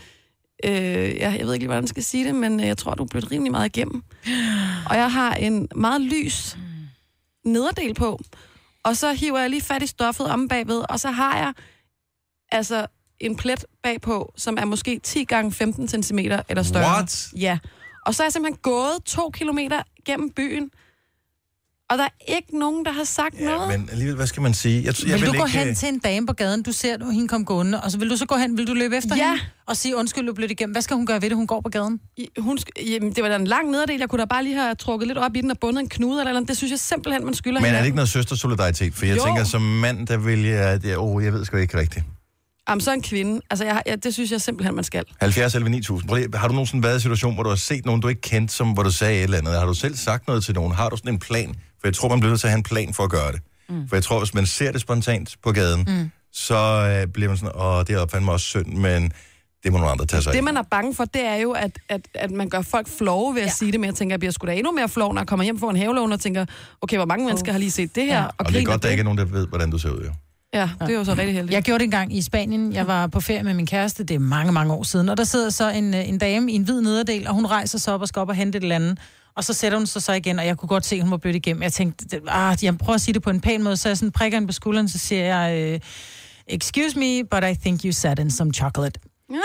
Speaker 3: øh, ja, jeg ved ikke lige, hvordan jeg skal sige det, men øh, jeg tror, du er blevet rimelig meget igennem. Og jeg har en meget lys nederdel på, og så hiver jeg lige fat i stoffet om bagved, og så har jeg altså en plet bagpå, som er måske 10 gange 15 cm eller større.
Speaker 1: What?
Speaker 3: Ja. Og så er jeg simpelthen gået to kilometer gennem byen, og der er ikke nogen, der har sagt ja, noget.
Speaker 1: Men alligevel, hvad skal man sige? Jeg,
Speaker 4: vil, vil du
Speaker 1: ikke, øh,
Speaker 4: gå hen til en dame på gaden, du ser, at hende kom gående, og så vil du så gå hen, vil du løbe efter ja. hende og sige, undskyld, du blev igennem. Hvad skal hun gøre ved det, hun går på gaden?
Speaker 3: I- hun, sk- jamen, det var da en lang nederdel. Jeg kunne da bare lige have trukket lidt op i den og bundet en knude eller, et eller andet. Det synes jeg simpelthen, man skylder
Speaker 1: Men er det
Speaker 3: hinanden.
Speaker 1: ikke noget søstersolidaritet? For jeg
Speaker 3: Jo.
Speaker 1: jo. tænker, som mand, der vil jeg... Det, oh, jeg ved sgu ikke rigtigt.
Speaker 3: Jamen, så en kvinde. Altså, jeg, har- jeg, det synes jeg simpelthen, man skal.
Speaker 1: 70 11 9000. Prøv lige, har du nogensinde været i en situation, hvor du har set nogen, du ikke kendte, som hvor du sagde et eller andet? Har du selv sagt noget til nogen? Har du sådan en plan? For jeg tror, man bliver nødt til at have en plan for at gøre det. Mm. For jeg tror, hvis man ser det spontant på gaden, mm. så øh, bliver man sådan, åh, det er fandme også synd, men det må nogle andre tage sig af."
Speaker 3: Det, man er bange for, det er jo, at, at, at man gør folk flove ved at ja. sige det, men jeg tænker, jeg bliver sgu da endnu mere flov, når jeg kommer hjem for en havelån og tænker, okay, hvor mange mennesker har lige set det her? Ja. Og,
Speaker 1: Og det er
Speaker 3: griner
Speaker 1: godt, der
Speaker 3: det.
Speaker 1: ikke er nogen, der ved, hvordan du ser ud, jo.
Speaker 3: Ja, det er jo så rigtig heldigt.
Speaker 4: Jeg gjorde det engang i Spanien. Jeg var på ferie med min kæreste, det er mange, mange år siden. Og der sidder så en, øh, en dame i en hvid nederdel, og hun rejser sig op og skal op og hente et eller andet. Og så sætter hun sig så igen, og jeg kunne godt se, at hun var blødt igennem. Jeg tænkte, det- ah, jeg prøver at sige det på en pæn måde, så jeg sådan prikker hende på skulderen, så siger jeg, øh, excuse me, but I think you sat in some chocolate.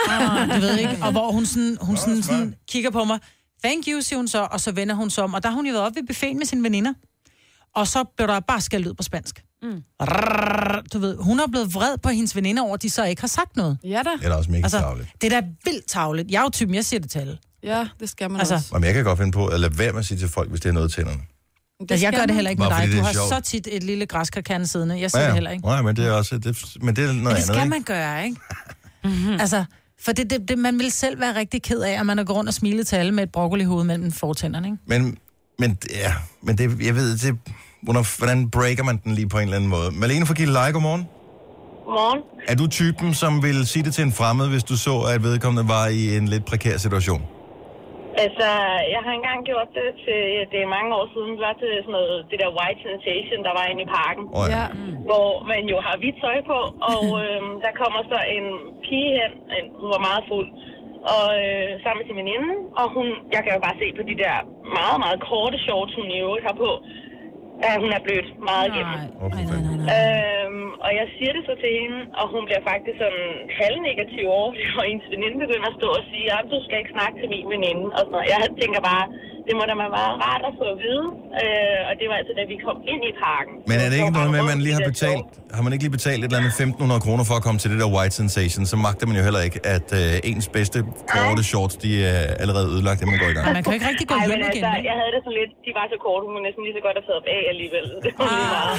Speaker 4: Ah, det ved jeg ikke. Og hvor hun, sådan, hun sådan, sådan, kigger på mig, thank you, siger hun så, og så vender hun sig om. Og der har hun jo været oppe ved buffeten med sine veninder. Og så blev der bare skældt ud på spansk.
Speaker 2: Mm.
Speaker 4: Rrrr, du ved, hun er blevet vred på hendes veninder over, at de så ikke har sagt noget. Altså,
Speaker 3: Ja da.
Speaker 1: Det er da også mega tarveligt.
Speaker 4: Det er da vildt tavligt. Jeg er jo typen, jeg siger det til alle.
Speaker 3: Ja, det skal man
Speaker 4: Altså,
Speaker 3: også.
Speaker 1: Jamen, jeg kan godt finde på at lade være med at sige til folk, hvis det er noget til tænderne.
Speaker 4: Det altså, jeg gør det heller ikke med
Speaker 1: Bare
Speaker 4: dig.
Speaker 1: fordi det
Speaker 4: Du
Speaker 1: er
Speaker 4: har
Speaker 1: sjovt.
Speaker 4: så tit et lille græskarkande siddende. Jeg siger ja, det heller ikke.
Speaker 1: Nej, men det er også... Det, men det er noget
Speaker 4: Men det
Speaker 1: andet,
Speaker 4: skal
Speaker 1: ikke?
Speaker 4: man gøre, ikke? Mm-hmm. Altså, for det, det, det, man vil selv være rigtig ked af, at man er gået rundt og smilet til alle med et broccoli-hoved mellem fortænderne, ikke?
Speaker 1: Men, men, ja, men det, jeg ved, det, hvornår, hvordan breaker man den lige på en eller anden måde? Malene fra Gilleleje, godmorgen.
Speaker 9: Morgen.
Speaker 1: Er du typen, som ville sige det til en fremmed, hvis du så, at vedkommende var i en lidt prekær situation?
Speaker 9: Altså, jeg har engang gjort det til, det er mange år siden, det var til sådan noget, det der white sensation, der var inde i parken.
Speaker 1: Oh, ja.
Speaker 9: Hvor man jo har hvidt tøj på, og øhm, der kommer så en pige hen, en, hun var meget fuld, og øh, sammen med sin veninde, og hun, jeg kan jo bare se på de der meget, meget korte shorts, hun i øvrigt har på, at hun er blødt meget igennem. Øhm, og jeg siger det så til hende, og hun bliver faktisk sådan halvnegativ over, det, og hendes veninde begynder at stå og sige, at du skal ikke snakke til min veninde. Og sådan noget. Jeg tænker bare, det må da være meget rart at få at vide. Øh, og det var altså, da vi kom ind i parken.
Speaker 1: Men er det ikke noget med, at man lige har
Speaker 9: Det er
Speaker 1: betalt, har man ikke lige betalt et eller andet 1.500 kroner for at komme til det der white sensation, så magter man jo heller ikke, at øh, ens bedste korte shorts, de er allerede ødelagt, inden man går i gang.
Speaker 4: kan jo ikke rigtig gå
Speaker 9: Ej,
Speaker 4: hjem
Speaker 9: men
Speaker 4: igen,
Speaker 9: Altså,
Speaker 4: vel?
Speaker 9: jeg havde det sådan lidt, de var så korte, hun kunne næsten lige så godt have taget dem af alligevel. Så det var
Speaker 4: Ah.
Speaker 9: lige meget.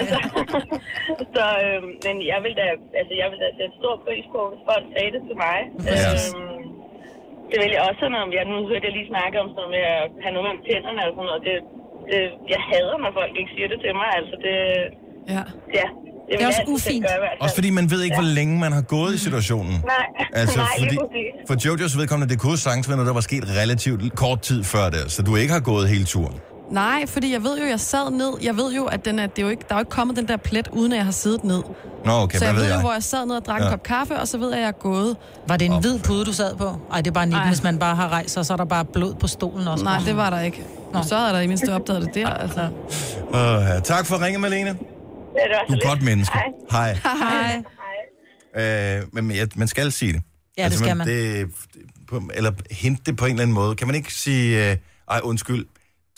Speaker 9: altså, så, øhm, men jeg vil da, altså, jeg vil da sætte stor pris på, hvis folk sagde det til mig.
Speaker 1: Ja.
Speaker 9: Øhm, det vil jeg også, når jeg nu hørte jeg lige snakke om sådan noget med at have noget mellem tænderne og sådan noget. Det, det, jeg hader, når folk ikke siger det til mig. Altså, det,
Speaker 3: ja.
Speaker 9: ja det, vil
Speaker 1: Det er også
Speaker 9: jeg altid selv
Speaker 1: ufint.
Speaker 9: gøre i hvert fald.
Speaker 1: Også fordi man ved ikke, hvor
Speaker 9: Ja.
Speaker 1: længe man har gået i situationen.
Speaker 9: Nej,
Speaker 1: Altså,
Speaker 9: nej,
Speaker 1: fordi,
Speaker 9: lige præcis.
Speaker 1: for Jojos vedkommende, det kunne jo sagtens være noget, der var sket relativt kort tid før det, så du ikke har gået hele turen.
Speaker 3: Nej, fordi jeg ved jo, jeg sad ned. Jeg ved jo, at den er, det er jo ikke, der er jo ikke kommet den der plet, uden at jeg har siddet ned.
Speaker 1: Nå, okay,
Speaker 3: så
Speaker 1: hvad
Speaker 3: jeg
Speaker 1: ved
Speaker 3: ved jo,
Speaker 1: jeg?
Speaker 3: hvor jeg sad ned og drak ja.
Speaker 1: Ja.
Speaker 3: en kop kaffe, og så ved jeg, at jeg er gået.
Speaker 4: Var det en hvid pude, du sad på? Ej, det er bare en lille, hvis man bare har rejst sig, så er der bare blod på stolen også.
Speaker 3: Nej, det var der ikke. Nå. Så havde der i mindst opdaget det der, altså.
Speaker 1: Uh, tak for at ringe, Malene.
Speaker 9: Det er det
Speaker 1: Du
Speaker 9: også
Speaker 1: er et godt menneske. Hej.
Speaker 3: Hej.
Speaker 1: Øh, men jeg, man skal sige det. Altså,
Speaker 4: Ja, det skal man.
Speaker 1: Det, på, eller hente det på en eller anden måde. Kan man ikke sige, øh, ej undskyld,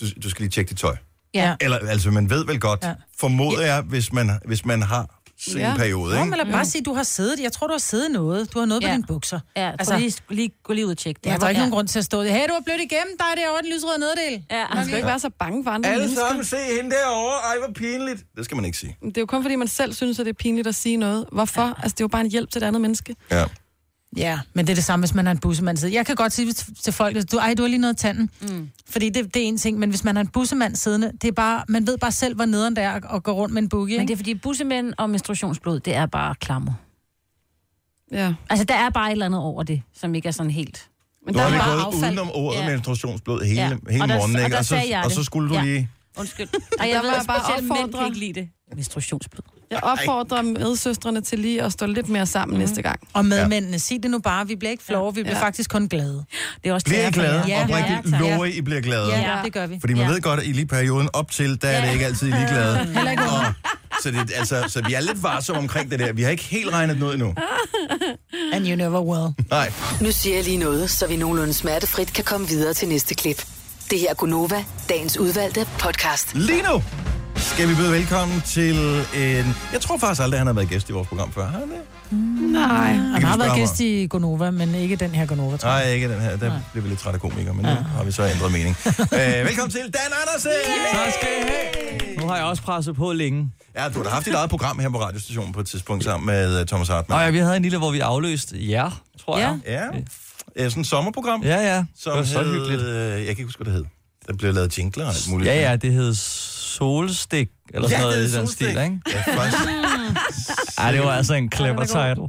Speaker 1: du, du skal lige tjekke dit tøj.
Speaker 4: Ja.
Speaker 1: Eller, altså, man ved vel godt, ja. formoder jeg, hvis man, hvis man har sådan en periode,
Speaker 4: Nå,
Speaker 1: ikke?
Speaker 4: men lad bare sige, du har siddet. Jeg tror, du har siddet noget. Du har noget ja. på dine bukser.
Speaker 2: Mm. Ja, altså, lige, lige, gå lige ud og tjek det.
Speaker 4: Ja, der er ikke
Speaker 2: Ja.
Speaker 4: nogen grund til at stå det. Hey, du har blødt igennem dig derovre, den lysrøde nederdel.
Speaker 2: Ja.
Speaker 3: Man skal jo ikke være så bange for andre
Speaker 1: Alle
Speaker 3: mennesker.
Speaker 1: sammen, se hende derovre. Ej, hvor pinligt. Det skal man ikke sige.
Speaker 3: Det er jo kun fordi, man selv synes, at det er pinligt at sige noget. Hvorfor? Ja. Altså, det er jo bare en hjælp til et andet menneske.
Speaker 1: Ja.
Speaker 4: Ja, men det er det samme, hvis man har en bussemand siddende. Jeg kan godt sige t- til folk, at du, ej, du har lige noget i tanden. Mm. Fordi det, det, er en ting, men hvis man har en bussemand siddende, det er bare, man ved bare selv, hvor nederen det er at- at gå rundt med en boogie.
Speaker 2: Men det er fordi bussemænd og menstruationsblod, det er bare klammer.
Speaker 3: Ja.
Speaker 2: Altså, der er bare et eller andet over det, som ikke er sådan helt...
Speaker 1: Men du har lige gået udenom ordet ja. menstruationsblod hele, ja. hele
Speaker 2: og der,
Speaker 1: morgenen,
Speaker 2: og,
Speaker 1: ikke?
Speaker 2: der
Speaker 1: Og så,
Speaker 2: sagde jeg
Speaker 1: og
Speaker 2: det.
Speaker 1: så skulle du
Speaker 2: ja.
Speaker 1: lige...
Speaker 2: Undskyld. Ej,
Speaker 3: Der
Speaker 2: jeg ved,
Speaker 3: var
Speaker 2: at
Speaker 3: bare
Speaker 2: specielt mænd kan
Speaker 3: opfordre-
Speaker 2: ikke lide det. Menstruationsblod.
Speaker 3: Jeg opfordrer medsøstrene til lige at stå lidt mere sammen mm. næste gang.
Speaker 4: Og medmændene, sig det nu bare, vi bliver ikke flove, vi bliver
Speaker 3: Ja.
Speaker 4: faktisk kun glade.
Speaker 2: Det er også
Speaker 1: Bliver I
Speaker 4: derfor,
Speaker 1: glade?
Speaker 4: ja.
Speaker 1: Ja, Oprigtigt,
Speaker 4: Ja, tak.
Speaker 1: lover I, I bliver glade?
Speaker 4: Ja, det gør vi.
Speaker 1: Fordi man
Speaker 4: Ja.
Speaker 1: ja. ved godt, at i lige perioden op til, der er det ikke altid I er ligeglade.
Speaker 4: Heller ikke
Speaker 1: og, så, det, altså, så vi er lidt varsomme omkring det der. Vi har ikke helt regnet den ud endnu.
Speaker 4: And you never will.
Speaker 1: Nej.
Speaker 5: Nu siger jeg lige noget, så vi nogenlunde smertefrit kan komme videre til næste klip. Det her er Gunova, dagens udvalgte podcast.
Speaker 1: Lige nu skal vi byde velkommen til en... Jeg tror faktisk aldrig, han har været gæst i vores program før. Har han det?
Speaker 4: Nej. Han
Speaker 1: vi
Speaker 4: har været
Speaker 1: spørge
Speaker 4: gæst i Gonova, men ikke den her Gonova, tror jeg.
Speaker 1: Nej, ikke den her. Der blev vi lidt træt af komikere, men nu har vi så ændret mening. Æ,
Speaker 14: Øh,
Speaker 1: velkommen til Dan Andersen!
Speaker 14: Tak skal I have. Nu har jeg også presset på længe.
Speaker 1: Ja, du har da haft dit eget program her på radiostationen på et tidspunkt sammen med øh, Thomas
Speaker 14: Nå
Speaker 1: Hartmann.
Speaker 14: ja, vi havde en lille, hvor vi afløste jer, tror
Speaker 1: Ja.
Speaker 14: jeg.
Speaker 1: Ja. Øh, Sådan et sommerprogram.
Speaker 14: Ja, ja.
Speaker 1: Som
Speaker 14: Det var så
Speaker 1: hed,
Speaker 14: hyggeligt.
Speaker 1: øh, Jeg kan ikke huske, hvad det hed. Der blev lavet jingler og alt muligt.
Speaker 14: Ja, ja, det hed Solstik, eller
Speaker 1: Ja,
Speaker 14: sådan noget
Speaker 1: det hed
Speaker 14: i den
Speaker 1: Solstik.
Speaker 14: stil, ikke?
Speaker 1: Ja, faktisk. altså
Speaker 14: Ej, det var altså en clever
Speaker 1: Ja, den er
Speaker 14: title.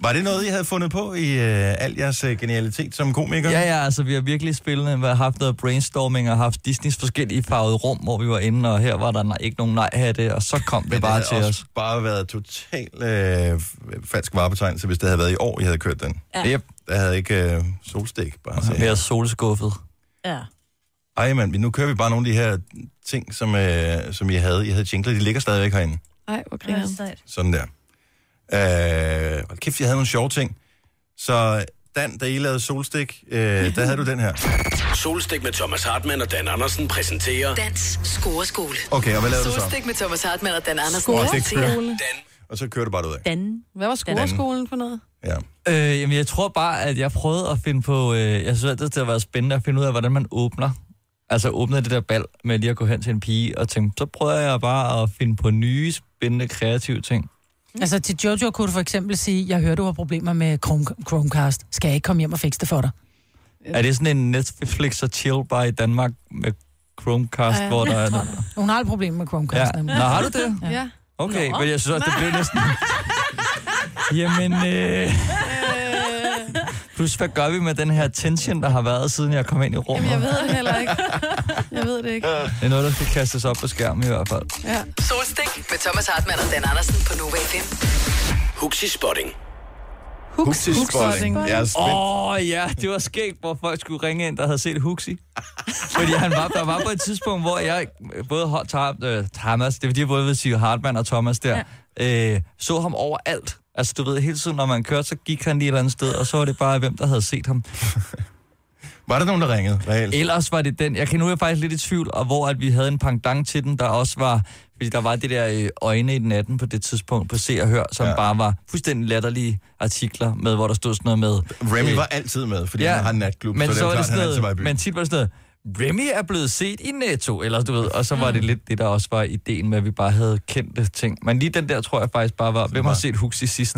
Speaker 1: Var det noget, I havde fundet på i øh, al jeres øh, genialitet som komiker?
Speaker 14: Ja, ja, altså vi har virkelig spillet, vi har haft noget brainstorming og haft Disneys forskellige farvede rum, hvor vi var inde, og her var der nej, ikke nogen nej-hatte, og så kom det bare
Speaker 1: havde
Speaker 14: til
Speaker 1: også
Speaker 14: os.
Speaker 1: bare været total øh, f- falsk varebetegnelse, hvis det havde været i år, I havde kørt den.
Speaker 2: Ja.
Speaker 1: Yep. Der havde ikke øh, solstik. Bare
Speaker 14: Mere solskuffet.
Speaker 2: Ja.
Speaker 1: Ej, mand, vi- nu kører vi bare nogle af de her ting, som, øh, som I havde. I havde jingler, de ligger stadigvæk herinde.
Speaker 3: Nej, hvor griner han.
Speaker 1: Sådan der. Øh, hold kæft, jeg havde nogle sjove ting. Så Dan, da I lavede solstik, øh, der havde du den her.
Speaker 15: Solstik med Thomas Hartmann og Dan Andersen præsenterer...
Speaker 5: Dans scoreskole.
Speaker 1: Okay, og hvad lavede du så?
Speaker 5: Solstik med Thomas Hartmann og Dan Andersen.
Speaker 1: Scoreskole. Og så kører du bare ud af.
Speaker 2: Dan.
Speaker 3: Hvad var skoleskolen for noget?
Speaker 1: Ja.
Speaker 14: Øh, jamen, jeg tror bare, at jeg prøvede at finde på... Øh, jeg synes altid, det har været spændende at finde ud af, hvordan man åbner. Altså åbnede det der bal med lige at gå hen til en pige og tænke, så prøver jeg bare at finde på nye, spændende, kreative ting.
Speaker 4: Altså til Jojo kunne du for eksempel sige, jeg hører, du har problemer med Chrome- Chromecast. Skal jeg ikke komme hjem og fikse det for dig?
Speaker 14: Er det sådan en Netflix og chill bare i Danmark med Chromecast, ja. hvor der er...
Speaker 4: Hun har et problem med Chromecast.
Speaker 14: Ja.
Speaker 4: nemlig.
Speaker 14: Nå, har du det?
Speaker 3: Ja.
Speaker 14: Okay,
Speaker 4: Nå.
Speaker 14: men jeg synes også, det blev næsten... Jamen, øh...
Speaker 3: Øh.
Speaker 14: Plus, hvad gør vi med den her tension, der har været, siden jeg kom ind i rummet?
Speaker 3: Jamen, jeg ved det heller ikke. Jeg ved det ikke.
Speaker 14: Det er noget, der skal kastes op på skærmen i hvert fald.
Speaker 3: Ja.
Speaker 5: Solstik med Thomas Hartmann og Dan Andersen på Nova FM.
Speaker 15: Huxi Spotting.
Speaker 1: Huxi Spotting. Jeg er spændt.
Speaker 14: Åh oh, ja, det var skægt, hvor folk skulle ringe ind, der havde set Huxi. Fordi han var, der var på et tidspunkt, hvor jeg både ho- Tha- øh, Thomas, det er fordi jeg både vil sige Hartmann og Thomas der, ja. øh, så ham overalt. Altså du ved, hele tiden når man kørte, så gik han lige et eller andet sted, og så var det bare, hvem der havde set ham.
Speaker 1: Var der nogen, der ringede? Reelt?
Speaker 14: Ellers var det den, jeg kan nu er jeg faktisk lidt i tvivl, og hvor at vi havde en pangdang til den, der også var, fordi der var det der øh, øjne i natten på det tidspunkt på Se og Hør, som ja. bare var fuldstændig latterlige artikler med, hvor der stod sådan noget med...
Speaker 1: Remy var altid med, fordi han har en natklub,
Speaker 14: Øh. men
Speaker 1: så det er
Speaker 14: var
Speaker 1: jo klart, han altid
Speaker 14: sådan
Speaker 1: var i
Speaker 14: noget,
Speaker 1: byen.
Speaker 14: Men tit var det sådan noget, Remy er blevet set i Netto, eller du ved, og så var
Speaker 1: Mm.
Speaker 14: det lidt det, der også var ideen med, at vi bare havde kendte ting. Men lige den der, tror jeg faktisk bare var, hvem har set Huxi sidst?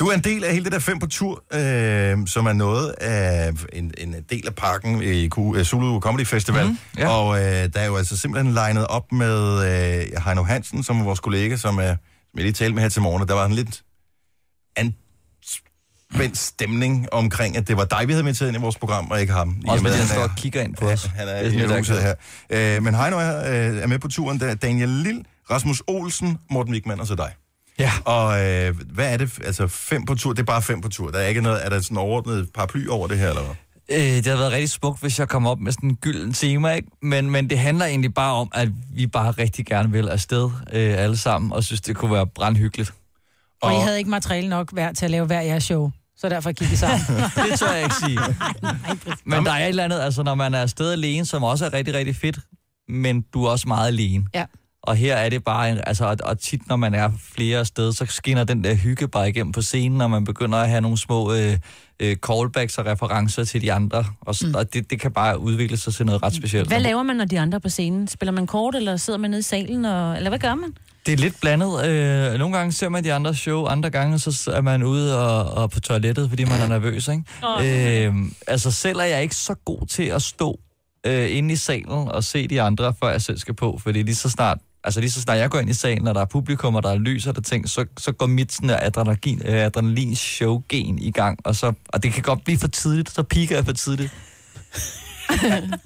Speaker 1: Du er en del af hele det der fem på tur, øh, som er noget af en, en del af pakken i Q, øh, Zulu Comedy Festival.
Speaker 14: Mhm,
Speaker 1: Mm, ja. Og øh, der er jo altså simpelthen legnet op med øh, Heino Hansen, som er vores kollega, som, er, som jeg lige talte med her til morgen, og der var en lidt anspændt stemning omkring, at det var dig, vi havde inviteret ind i vores program, og ikke ham.
Speaker 14: Også fordi han
Speaker 1: er-
Speaker 14: står og kigger ind på os.
Speaker 1: Han er
Speaker 14: Det er sådan lidt
Speaker 1: i huset her.
Speaker 14: akavet.
Speaker 1: Øh, men Heino er, øh, er med på turen. Der er Daniel Lille, Rasmus Olsen, Morten Wigman og så dig.
Speaker 14: Ja.
Speaker 1: Og øh, hvad er det? Altså fem på tur, det er bare fem på tur. Der er ikke noget, er der sådan overordnet paraply over det her, eller hvad?
Speaker 14: Øh, det havde været rigtig smukt, hvis jeg kom op med sådan en gylden tema, ikke? Men, men det handler egentlig bare om, at vi bare rigtig gerne vil afsted øh, alle sammen, og synes, det kunne være brandhyggeligt.
Speaker 4: Og I havde ikke materiale nok hver til at lave hver jeres show. Så derfor gik I sammen.
Speaker 14: Altså, det tør jeg ikke sige. Men der er et eller andet, altså når man er afsted alene, som også er rigtig, rigtig fedt, men du er også meget alene.
Speaker 4: Ja.
Speaker 14: Og her er det bare, en, altså, og, og tit når man er flere afsted, så skinner den der hygge bare igennem på scenen, og man begynder at have nogle små øh, øh, callbacks og referencer til de andre, og, mm. og det, det kan bare udvikle sig til noget ret specielt.
Speaker 2: Hvad laver man, når de andre er på scenen? Spiller man kort, eller sidder man nede i salen? Og... Eller hvad gør man?
Speaker 14: Det er lidt blandet. Øh, nogle gange ser man de andre show, andre gange så er man ude og, og på toilettet, fordi man er nervøs. Ikke?
Speaker 2: Åh.
Speaker 14: Øh, altså selv er jeg ikke så god til at stå øh, inde i salen og se de andre, før jeg selv skal på, fordi lige så snart Altså lige så snart jeg går ind i salen, og der er publikum, og der er lys, og der er ting, så, så går mit sådan adrenalin, øh, adrenalin show gen i gang, og, så, og det kan godt blive for tidligt, så piker jeg for tidligt.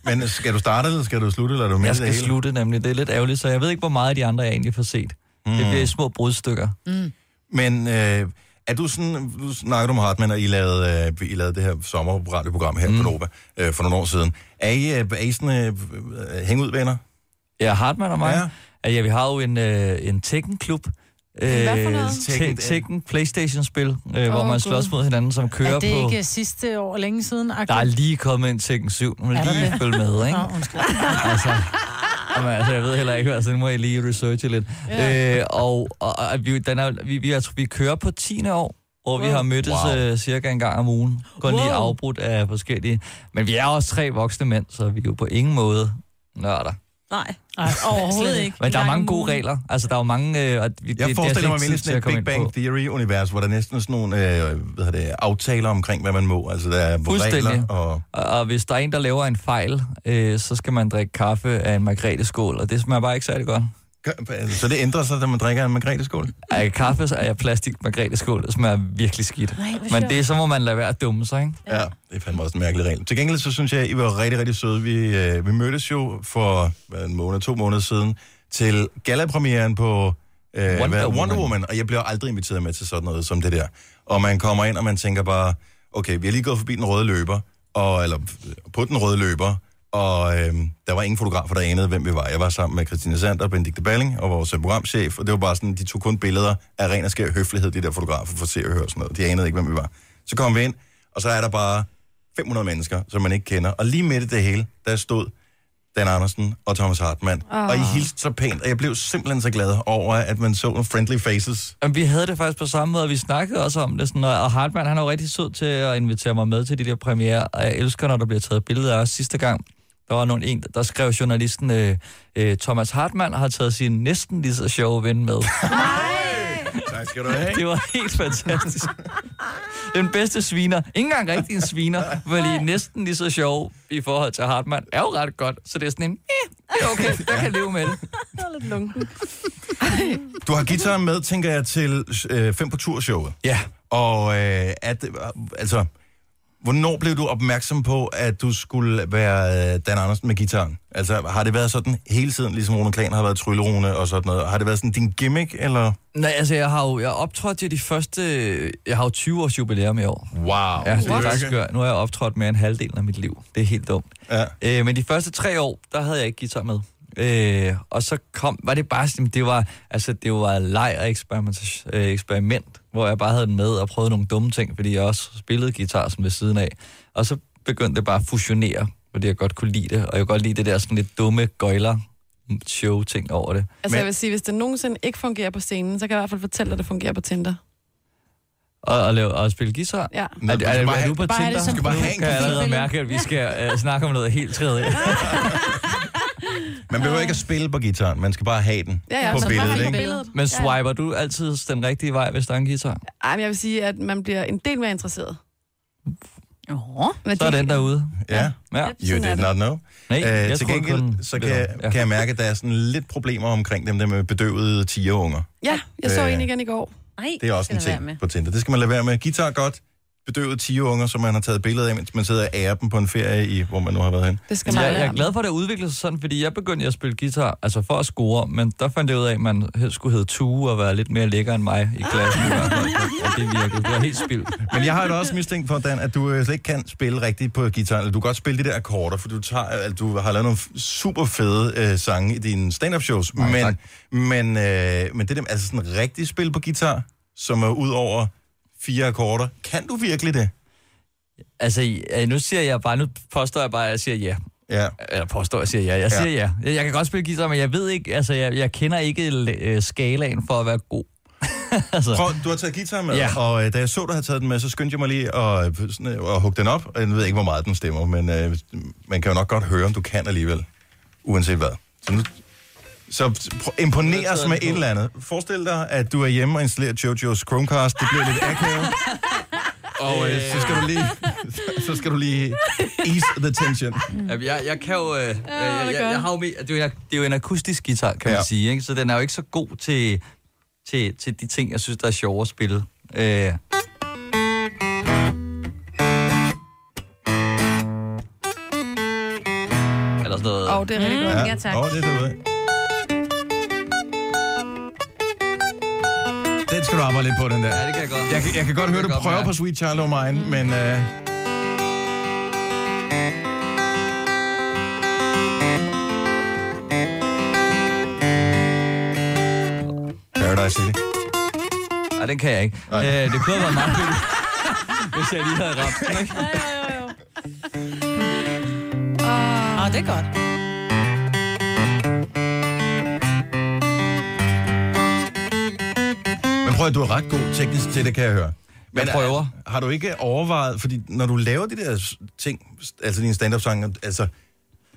Speaker 1: Men øh, skal du starte, eller skal du slutte, eller er du med i
Speaker 14: Jeg
Speaker 1: det
Speaker 14: skal
Speaker 1: hele?
Speaker 14: slutte nemlig, det er lidt ærgerligt, så jeg ved ikke, hvor meget af de andre jeg egentlig får set. Mm.
Speaker 1: Hmm.
Speaker 14: Det bliver i små brudstykker.
Speaker 1: Mm. Men øh, er du sådan, nu snakker du om Hartmann, og I lavede, øh, I lavede det her sommerradioprogram her mm. på Nova øh, for nogle år siden. Er I, øh, er I sådan øh, øh, hængudvenner?
Speaker 14: Ja, Hartmann og mig. Ja, ja vi har jo en, øh, en Tekken-klub. øh,
Speaker 4: Hvad for noget?
Speaker 14: Tekken, Tekken Playstation-spil, øh, oh, hvor
Speaker 4: Åh,
Speaker 14: man
Speaker 4: Gud.
Speaker 14: slås mod hinanden, som kører
Speaker 4: er det
Speaker 14: på...
Speaker 4: ikke sidste år længe siden?
Speaker 14: Der er lige kommet en Tekken 7, nu må
Speaker 4: Er der
Speaker 14: lige
Speaker 4: det?
Speaker 14: følge med, ikke?
Speaker 4: Nå, undskyld.
Speaker 14: altså, jamen, altså, jeg ved heller ikke, altså, nu må jeg lige researche lidt.
Speaker 4: Ja.
Speaker 14: Øh, og og, og vi, den er, vi, vi, jeg tror, vi kører på 10. år, hvor wow. vi har mødtes wow. øh, cirka en gang om ugen. Kun wow. lige
Speaker 4: Wow.
Speaker 14: afbrudt af forskellige... Men vi er også tre voksne mænd, så vi er jo på ingen måde nørder.
Speaker 2: Nej. Nej, overhovedet ikke.
Speaker 14: Men der er mange gode regler. Altså, der er jo mange... Øh, og vi,
Speaker 1: Jeg
Speaker 14: det,
Speaker 1: forestiller mig
Speaker 14: det er slet ikke tid
Speaker 1: virkelig
Speaker 14: til
Speaker 1: sådan
Speaker 14: at
Speaker 1: et
Speaker 14: komme
Speaker 1: Big
Speaker 14: ind
Speaker 1: Bang
Speaker 14: på.
Speaker 1: Theory-univers, hvor der næsten er sådan nogle øh, hvad hedder det, aftaler omkring, hvad man må. Altså, der er regler
Speaker 14: Fuldstændig.
Speaker 1: og...
Speaker 14: Og, og hvis der er en, der laver en fejl, øh, så skal man drikke kaffe af en margrethe skål, og det smager bare ikke særlig godt.
Speaker 1: altså, Så det ændrer sig, da man drikker en margrethe-skål?
Speaker 14: Af kaffe så er jeg plastik margrethe-skål, det smager virkelig skidt.
Speaker 1: Nej, hvor
Speaker 14: Men
Speaker 1: sjovt.
Speaker 14: det, er- så må man lade være at dumme sig, ikke?
Speaker 1: Ja, det er fandme også en mærkelig regel. Til gengæld så synes jeg, I var rigtig, rigtig søde. Vi, øh, vi mødtes jo for hvad, en måned, to måneder siden til galapremieren på øh, Wonder, hvad, Wonder Woman. Woman, og jeg bliver aldrig inviteret med til sådan noget som det der. Og man kommer ind, og man tænker bare, okay, vi har lige gået forbi den røde løber, og, eller øh, på den røde løber, og øh, der var ingen fotografer, der anede, hvem vi var. Jeg var sammen med Christina Sander og Benedikte Balling, og vores øh, programchef, og det var bare sådan, de tog kun billeder af ren og skær høflighed, de der fotografer, for at se og høre og sådan noget. De anede ikke, hvem vi var. Så kom vi ind, og så er der bare 500 mennesker, som man ikke kender. Og lige midt i det hele, der stod Dan Andersen og Thomas Hartmann. Oh.
Speaker 14: Åh.
Speaker 1: Og I hilste så pænt, og jeg blev simpelthen så glad over, at man så nogle friendly faces.
Speaker 14: Jamen, vi havde det faktisk på samme måde, og vi snakkede også om det. Sådan, og og Hartmann, han er jo rigtig sød til at invitere mig med til de der premiere, og jeg elsker, når der bliver taget billeder af os sidste gang. Der var nogen en, der skrev journalisten, øh, øh, Thomas Hartmann har taget sin næsten lige så sjove ven med.
Speaker 1: Tak skal du have.
Speaker 14: Det var helt fantastisk. Den bedste sviner, ikke engang rigtig en sviner, fordi næsten lige så sjov i forhold til Hartmann, er jo ret godt. Så det er sådan en, eh, det er okay, jeg kan leve med det.
Speaker 3: Det var lidt lunken.
Speaker 1: Du har gitaren med, tænker jeg, til øh, 5 på tur-showet.
Speaker 14: Ja.
Speaker 1: Og øh, at, altså, hvornår blev du opmærksom på, at du skulle være øh, Dan Andersen med gitaren? Altså, har det været sådan hele tiden, ligesom Rune Klan har været tryllerune og sådan noget? Har det været sådan din gimmick, eller?
Speaker 14: Nej, altså, jeg har jo jeg optrådt til de første... Jeg har jo 20 års jubilæum i år.
Speaker 1: Wow.
Speaker 14: Ja, det er
Speaker 1: What?
Speaker 14: faktisk skørt. Nu har jeg optrådt mere end halvdelen af mit liv. Det er helt dumt.
Speaker 1: Ja.
Speaker 14: Øh, men de første tre år, der havde jeg ikke guitar med. Øh, og så kom, var det bare sådan, det var, altså, det var leg og eksperiment, øh, eksperiment, hvor jeg bare havde den med og prøvede nogle dumme ting, fordi jeg også spillede guitar sådan ved siden af. Og så begyndte det bare at fusionere, fordi jeg godt kunne lide det, og jeg kunne godt lide det der sådan lidt dumme gøjler show ting over det.
Speaker 3: Altså, jeg vil sige, hvis det nogensinde ikke fungerer på scenen, så kan jeg i hvert fald fortælle dig, at det fungerer på Tinder.
Speaker 14: Og, og, lave, og spille guitar?
Speaker 3: Ja.
Speaker 14: Er, er,
Speaker 1: du
Speaker 14: er,
Speaker 1: skal
Speaker 14: er,
Speaker 1: bare
Speaker 14: er
Speaker 1: have-
Speaker 14: du på
Speaker 1: bare have
Speaker 14: Tinder?
Speaker 1: det som Du skal bare have en
Speaker 14: nu kan jeg allerede
Speaker 1: profil.
Speaker 14: mærke, at vi skal uh, snakke om noget helt tredje.
Speaker 1: Man behøver ikke at spille på gitaren, man skal bare have den
Speaker 3: Ja, ja,
Speaker 1: på
Speaker 3: så bare have
Speaker 1: billedet,
Speaker 3: den
Speaker 1: ikke?
Speaker 3: på billedet.
Speaker 14: Men
Speaker 3: Ja, ja.
Speaker 14: swiper du altid den rigtige vej, hvis der er en guitar?
Speaker 3: Ej, men jeg vil sige, at man bliver en del mere interesseret.
Speaker 14: Oh,
Speaker 3: Men
Speaker 14: så er
Speaker 3: det-
Speaker 14: den derude.
Speaker 1: Ja.
Speaker 14: ja.
Speaker 1: You did not know.
Speaker 14: Nej,
Speaker 1: Øh,
Speaker 14: jeg
Speaker 1: til
Speaker 14: troede
Speaker 1: gengæld,
Speaker 14: kun
Speaker 1: så kan,
Speaker 14: lidt
Speaker 1: jeg,
Speaker 14: om-
Speaker 1: kan jeg mærke, at der er sådan lidt problemer omkring dem der med bedøvede tigerunger.
Speaker 3: Ja, jeg så
Speaker 1: Øh,
Speaker 3: en igen i går.
Speaker 2: Nej,
Speaker 1: Det er også en ting på Tinder. Det skal man lade være med. Guitar godt, bedøvede tigerunger, som man har taget billeder af, mens man sidder og ærer dem på en ferie, i, hvor man nu har været hen.
Speaker 3: Det
Speaker 14: skal jeg, jeg er glad for, at det udviklede sig sådan, fordi jeg begyndte at spille guitar, altså for at score, men der fandt jeg ud af, at man helst skulle hedde Tue og være lidt mere lækker end mig i klassen. i hvert fald. og det virkede. Det var helt spildt.
Speaker 1: Men jeg har da også mistænkt for, Dan, at du øh, slet ikke kan spille rigtigt på guitar, eller du kan godt spille de der akkorder, for du, tager, at du har lavet nogle f- super fede øh, sange i dine stand-up shows. men, men, øh, men det der, altså sådan rigtigt spil på guitar, som er ud over fire akkorder, kan du virkelig det?
Speaker 14: Altså, øh, nu siger jeg bare, nu påstår jeg bare, at jeg siger ja.
Speaker 1: Ja.
Speaker 14: Eller påstår, at jeg siger ja. Jeg siger ja. Jeg, jeg kan godt spille guitar, men jeg ved ikke, altså, jeg, jeg kender ikke øh, skalaen for at være god. altså.
Speaker 1: Prøv, du har taget guitar med,
Speaker 14: Ja.
Speaker 1: ja. og øh, da jeg så, du havde taget den med, så skyndte jeg mig lige at, øh, sådan, øh, at hugge den op. Jeg ved ikke, hvor meget den stemmer, men øh, man kan jo nok godt høre, om du kan alligevel, uanset hvad. Så, nu, så prøv, imponer os med et eller andet. Forestil dig, at du er hjemme og installerer Jojo's Chromecast. Det bliver lidt akavet. Og øh, så skal du lige... Så skal du lige ease the tension.
Speaker 14: Jamen, jeg, jeg kan jo... Øh, øh, jeg,
Speaker 1: er
Speaker 14: jeg,
Speaker 1: godt.
Speaker 14: jeg har jo, me- det, er jo en, det er jo en akustisk guitar, kan ja.
Speaker 1: Ja.
Speaker 14: man sige, ikke? så den er jo ikke så god til, til, til de ting, jeg synes, der er sjovere at spille. Øh, Eller sådan noget.
Speaker 3: Åh, det er rigtig godt.
Speaker 1: Åh, det er det, Den skal du arbejde lidt på, den der.
Speaker 14: Ja, det kan jeg godt.
Speaker 1: Jeg, kan- jeg kan godt
Speaker 14: Det
Speaker 1: høre,
Speaker 14: kan
Speaker 1: du
Speaker 14: jeg godt
Speaker 1: prøver
Speaker 14: mærke.
Speaker 1: på Sweet Child O' Mine, men... Øh, Paradise City.
Speaker 14: Nej, den kan jeg ikke. Øh, det kunne have været meget fedt, hvis jeg lige havde ramt den, ikke?
Speaker 4: Åh, det er godt.
Speaker 1: Men prøv at du er ret god teknisk til det, kan jeg høre. Men
Speaker 14: Jeg prøver.
Speaker 1: Er, har du ikke overvejet, fordi når du laver de der s- ting, s- altså dine stand up sange altså,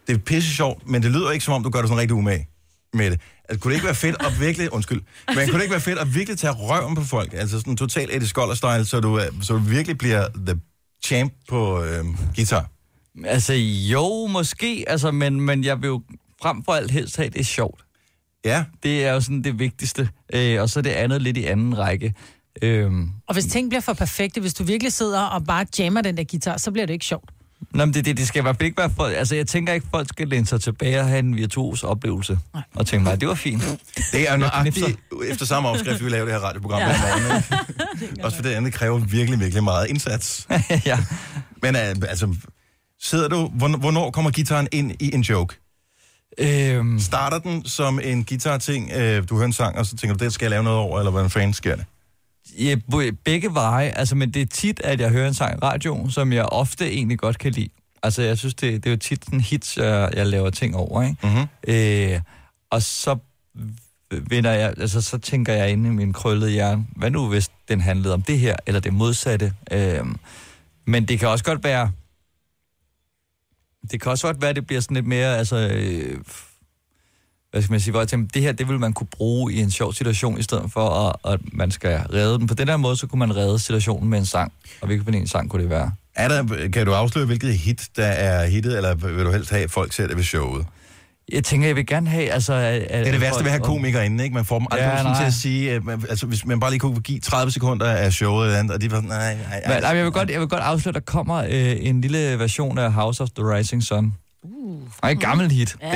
Speaker 1: det er pisse sjovt, men det lyder ikke som om, du gør det sådan rigtig umage med det. Altså, kunne det ikke være fedt at virkelig, undskyld, men kunne det ikke være fedt at virkelig tage røven på folk? Altså sådan total Eddie Scholler-style, så du, er- så du virkelig bliver the champ på øh, guitar.
Speaker 14: Altså jo, måske, altså, men, men jeg vil jo frem for alt helst have, at det er sjovt.
Speaker 1: Ja.
Speaker 14: Det er jo sådan det vigtigste. Øh, og så det andet lidt i anden række. Øhm,
Speaker 4: Og hvis ting bliver for perfekte, hvis du virkelig sidder og bare jammer den der guitar, så bliver det ikke sjovt.
Speaker 14: Nå, men det, det, det skal i hvert fald ikke være for... Altså, jeg tænker ikke, folk skal læne sig tilbage og have en virtuos oplevelse. Nej. Og tænke mig, det var fint.
Speaker 1: Det er jo
Speaker 14: Jeg
Speaker 1: nøjagtigt
Speaker 14: knipser.
Speaker 1: efter samme opskrift, vi vil lave det her radioprogram ja. om morgenen. ikke? Også fordi det andet kræver virkelig, virkelig meget indsats.
Speaker 14: ja.
Speaker 1: Men øh, altså, sidder du... hvorn- Hvornår kommer gitaren ind i en joke?
Speaker 14: Øhm.
Speaker 1: Starter den som en guitar-ting, øh, du hører en sang, og så tænker du, det skal jeg lave noget over, eller hvordan fanden sker det?
Speaker 14: Ja, bo- begge veje. Altså, men det er tit, at jeg hører en sang i radioen, som jeg ofte egentlig godt kan lide. Altså, jeg synes, det, det er jo tit sådan hits, øh, jeg, jeg laver ting over, ikke? Mm-hmm. Øh, og så vender jeg, altså, så tænker jeg inde i min krøllede hjerne, hvad nu hvis den handlede om det her, eller det modsatte? Øh, men det kan også godt være, det kan også godt være, at det bliver sådan lidt mere, altså, øh, hvad skal man sige, hvor jeg tænkte, det her, det ville man kunne bruge i en sjov situation, i stedet for, at, at man skal redde den. På den her måde, så kunne man redde situationen med en sang. Og hvilken en sang kunne det være?
Speaker 1: Er der, kan du afsløre, hvilket hit, der er hittet, eller vil du helst have, at folk ser det ved showet?
Speaker 14: Jeg tænker, jeg vil gerne have, altså... At,
Speaker 1: Det er det værste ved at have komikere inde, ikke? Man får dem aldrig ja, sådan til at
Speaker 14: sige.
Speaker 1: sige, øh, man, altså hvis man bare lige kunne give 30 sekunder af showet eller andet, og de var sådan, nej, nej,
Speaker 14: Men, ej, men jeg, vil godt, jeg vil godt afsløre, at der kommer øh, en lille version af House of the Rising Sun. Uh. Og et gammelt hit.
Speaker 2: Men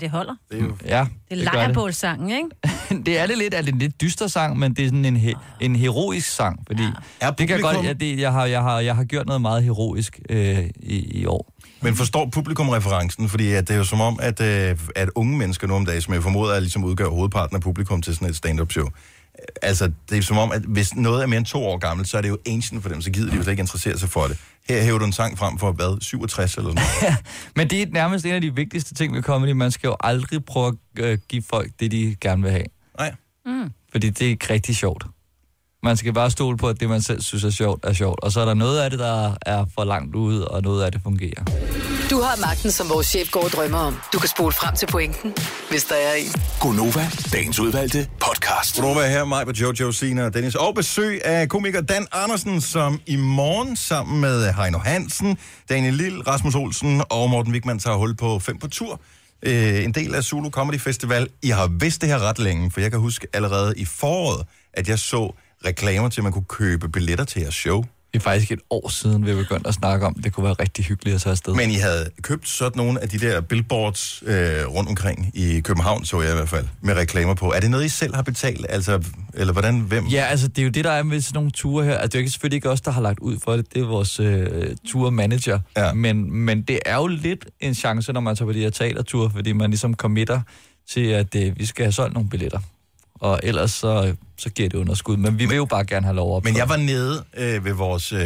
Speaker 2: Det holder.
Speaker 1: Det er jo...
Speaker 14: Ja,
Speaker 2: Det er
Speaker 14: gør
Speaker 2: lejrebålsangen, ikke?
Speaker 14: det er det lidt, er det en lidt dyster sang, men det er sådan en, he, en heroisk sang, fordi ja. det kan
Speaker 1: publikum-
Speaker 14: godt, ja, det, jeg, har, jeg, har, jeg har gjort noget meget heroisk øh, i, i år.
Speaker 1: Men forstår publikum referencen? Fordi at det er jo som om, at, øh, at unge mennesker nu om dagen, som jeg formoder, er ligesom udgør hovedparten af publikum til sådan et stand-up show. Øh, Altså, det er som om, at hvis noget er mere end to år gammelt, så er det jo ancient for dem, så gider de jo slet ikke interessere sig for det. Her hæver du en sang frem for, hvad, 67 eller sådan noget.
Speaker 14: Men det er nærmest en af de vigtigste ting ved comedy. Man skal jo aldrig prøve at øh, give folk det, de gerne vil have.
Speaker 1: Nej.
Speaker 14: Mm. Fordi det er ikke rigtig sjovt. Man skal bare stole på, at det, man selv synes er sjovt, er sjovt. Og så er der noget af det, der er for langt ude, og noget af det fungerer.
Speaker 5: Du har magten, som vores chef går og drømmer om. Du kan spole frem til pointen, hvis der er en.
Speaker 6: Gonova, dagens udvalgte podcast.
Speaker 1: Godnova er her, mig på Jojo, Sina og Dennis. Og besøg af komiker Dan Andersen, som i morgen sammen med Heino Hansen, Daniel Lille, Rasmus Olsen og Morten Wigman tager hul på 5 på tur. Øh, en del af Zulu Comedy Festival. I har vidst det her ret længe, for jeg kan huske allerede i foråret, at jeg så reklamer til, at man kunne købe billetter til jeres show.
Speaker 14: Det er faktisk et år siden, vi begyndte at snakke om, det kunne være rigtig hyggeligt at tage afsted.
Speaker 1: Men I havde købt sådan nogle af de der billboards øh, rundt omkring i København, så jeg i hvert fald, med reklamer på. Er det noget, I selv har betalt? Altså, eller hvordan, hvem?
Speaker 14: Ja, altså det er jo det, der er med sådan nogle ture her. Altså, det er jo ikke- selvfølgelig ikke os, der har lagt ud for det. Det er vores øh, turmanager. Ja. Men, men det er jo lidt en chance, når man tager på de her teaterture, fordi man ligesom committer til, at øh, vi skal have solgt nogle billetter. Og ellers så, så giver det underskud. Men vi vil jo bare gerne have lov op.
Speaker 1: Men jeg var nede øh, ved vores, øh,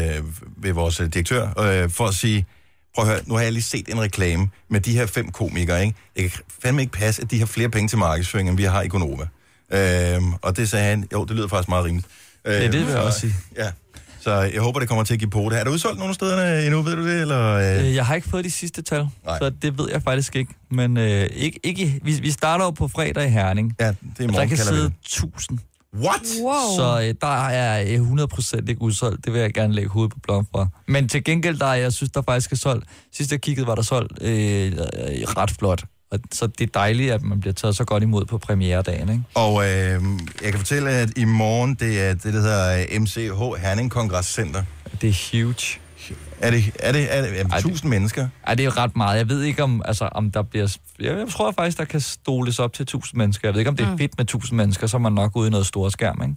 Speaker 1: ved vores øh, direktør øh, for at sige, prøv at høre, nu har jeg lige set en reklame med de her fem komikere, ikke? Det kan fandme ikke passe, at de har flere penge til markedsføring, end vi har i Gonova. Øh, og det sagde han, jo, det lyder faktisk meget rimeligt. Øh,
Speaker 14: Ja, det vil jeg
Speaker 1: så-
Speaker 14: også sige.
Speaker 1: Ja. Så jeg håber, det kommer til at give på det. Er det udsolgt nogle steder endnu, ved du det? Eller, øh?
Speaker 14: Øh, Jeg har ikke fået de sidste tal,
Speaker 1: Nej.
Speaker 14: Nej. så det ved jeg faktisk ikke. Men øh, ikke, ikke, i- vi, vi starter jo på fredag i Herning.
Speaker 1: Ja, det er i
Speaker 14: Og der
Speaker 1: morgen,
Speaker 14: kan
Speaker 1: kalder vi
Speaker 14: sidde
Speaker 1: det.
Speaker 14: 1000.
Speaker 1: What?
Speaker 14: Wow. Så øh, der er øh, 100% ikke udsolgt. Det vil jeg gerne lægge hovedet på blom for. Men til gengæld, der er, jeg synes, der faktisk er solgt. Sidst jeg kiggede, var der solgt øh, øh, ret flot. Og, så det er dejligt, at man bliver taget så godt imod på premieredagen, ikke?
Speaker 1: Og øh, jeg kan fortælle, at i morgen, det er det, der hedder øh, MCH Herning Kongresscenter.
Speaker 14: Det er huge.
Speaker 1: Er det, er det, er det, er det 1000 mennesker?
Speaker 14: Ej, det er ret meget. Jeg ved ikke, om, altså, om der bliver... Jeg, jeg tror faktisk, der kan stoles op til 1000 mennesker. Jeg ved ikke, om det er
Speaker 1: Mm.
Speaker 14: fedt med 1000 mennesker, så er man nok ude i noget store skærm, ikke?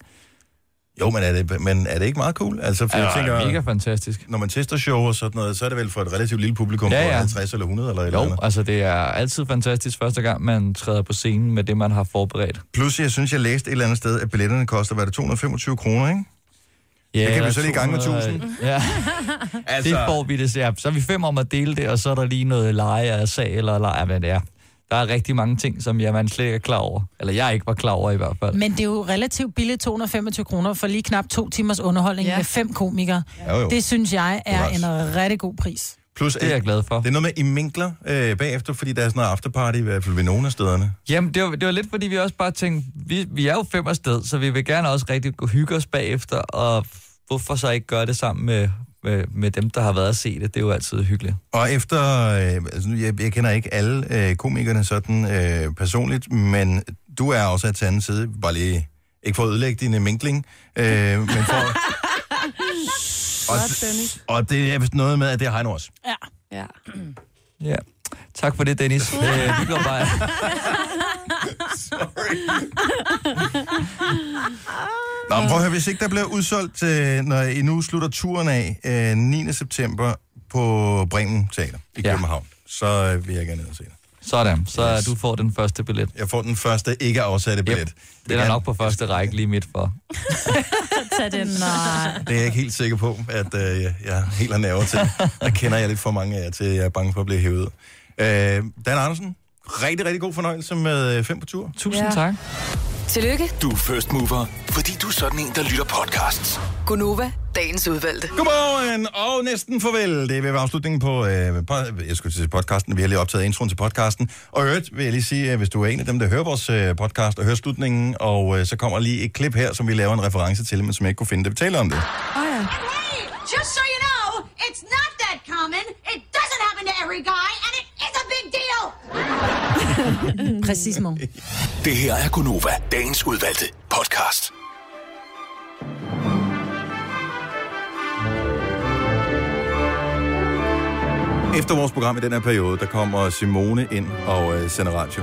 Speaker 1: Jo, men er det, men er det ikke meget cool? Altså, for
Speaker 14: Ja,
Speaker 1: jeg tænker,
Speaker 14: mega fantastisk.
Speaker 1: Når man tester show og sådan noget, så er det vel for et relativt lille publikum ja,
Speaker 14: Ja,
Speaker 1: ja. på
Speaker 14: ja.
Speaker 1: 50 eller 100 eller et eller
Speaker 14: Jo,
Speaker 1: andet.
Speaker 14: altså det er altid fantastisk første gang, man træder på scenen med det, man har forberedt.
Speaker 1: Plus, jeg synes, jeg læste et eller andet sted, at billetterne koster, hvad er det, 225 kroner, ikke? det kan
Speaker 14: eller
Speaker 1: vi så lige gange med
Speaker 14: 200,
Speaker 1: 1000.
Speaker 14: Ja.
Speaker 1: Altså-
Speaker 14: altså... øh, Det får vi det. Ja. Så er vi fem om at dele det, og så er der lige noget leje af sag, eller leje, hvad det er. Der er rigtig mange ting, som jeg, man slet ikke er klar over. Eller jeg ikke var klar over i hvert fald.
Speaker 4: Men det er jo relativt billigt 225 kroner for lige knap to timers underholdning ja. med fem komikere.
Speaker 1: Jo, jo.
Speaker 4: Det synes jeg er
Speaker 1: Korrekt.
Speaker 4: en rigtig god pris.
Speaker 1: Plus, det er jeg
Speaker 14: glad for.
Speaker 1: Det er noget med, I minkler øh, bagefter, fordi der er sådan noget afterparty, i hvert fald ved nogle af stederne.
Speaker 14: Jamen, det var, det var lidt, fordi vi også bare tænkte, vi, vi er jo fem afsted, så vi vil gerne også rigtig gå hygge os bagefter, og hvorfor så ikke gøre det sammen med, med, med dem, der har været at se det? Det er jo altid hyggeligt.
Speaker 1: Og efter, øh, altså, nu- jeg, jeg kender ikke alle øh, komikerne sådan øh, personligt, men du er også af til anden side, bare lige, ikke for at ødelægge din øh, minkling, øh, men for, og, og det er vist noget med, at det har han også.
Speaker 9: Ja.
Speaker 3: ja.
Speaker 14: Ja. Tak for det, Dennis. øh, vi går bare...
Speaker 1: Nå, men prøv at høre, hvis ikke der bliver udsolgt, øh, når I nu slutter turen af øh, 9. september på Bremen Teater i ja. København, så øh, vil jeg gerne ned og se det.
Speaker 14: Sådan, så du får den første billet.
Speaker 1: Jeg får den første ikke afsatte billet. Yep.
Speaker 14: Den er nok på første række lige midt for.
Speaker 2: Tag den. Nej.
Speaker 1: Det er jeg ikke helt sikker på, at øh, jeg, jeg helt har nerver til. Der kender jeg lidt for mange af jer til, at jeg er bange for at blive hævet. ud. Øh, Dan Andersen, rigtig, rigtig god fornøjelse med 5 på tur.
Speaker 14: Tusind Ja. tak.
Speaker 5: Tillykke,
Speaker 6: Du er first mover, fordi du er sådan en, der lytter podcasts.
Speaker 5: Gunova, dagens udvalgte.
Speaker 1: Godmorgen og næsten farvel. Det er ved at være afslutningen på, øh, pod- jeg skulle til podcasten. Vi har lige optaget introen til podcasten. Og i øvrigt vil jeg lige sige, at hvis du er en af dem, der hører vores øh, podcast og hører slutningen, og øh, så kommer lige et klip her, som vi laver en reference til, men som jeg ikke kunne finde, da vi taler om det.
Speaker 16: And hey, just so you know, it's not that common. It doesn't happen to every guy, and it is a big deal.
Speaker 9: Præcis, mor.
Speaker 6: Det her er Gunova, dagens udvalgte podcast.
Speaker 1: Efter vores program i den her periode, der kommer Simone ind og øh, sender radio.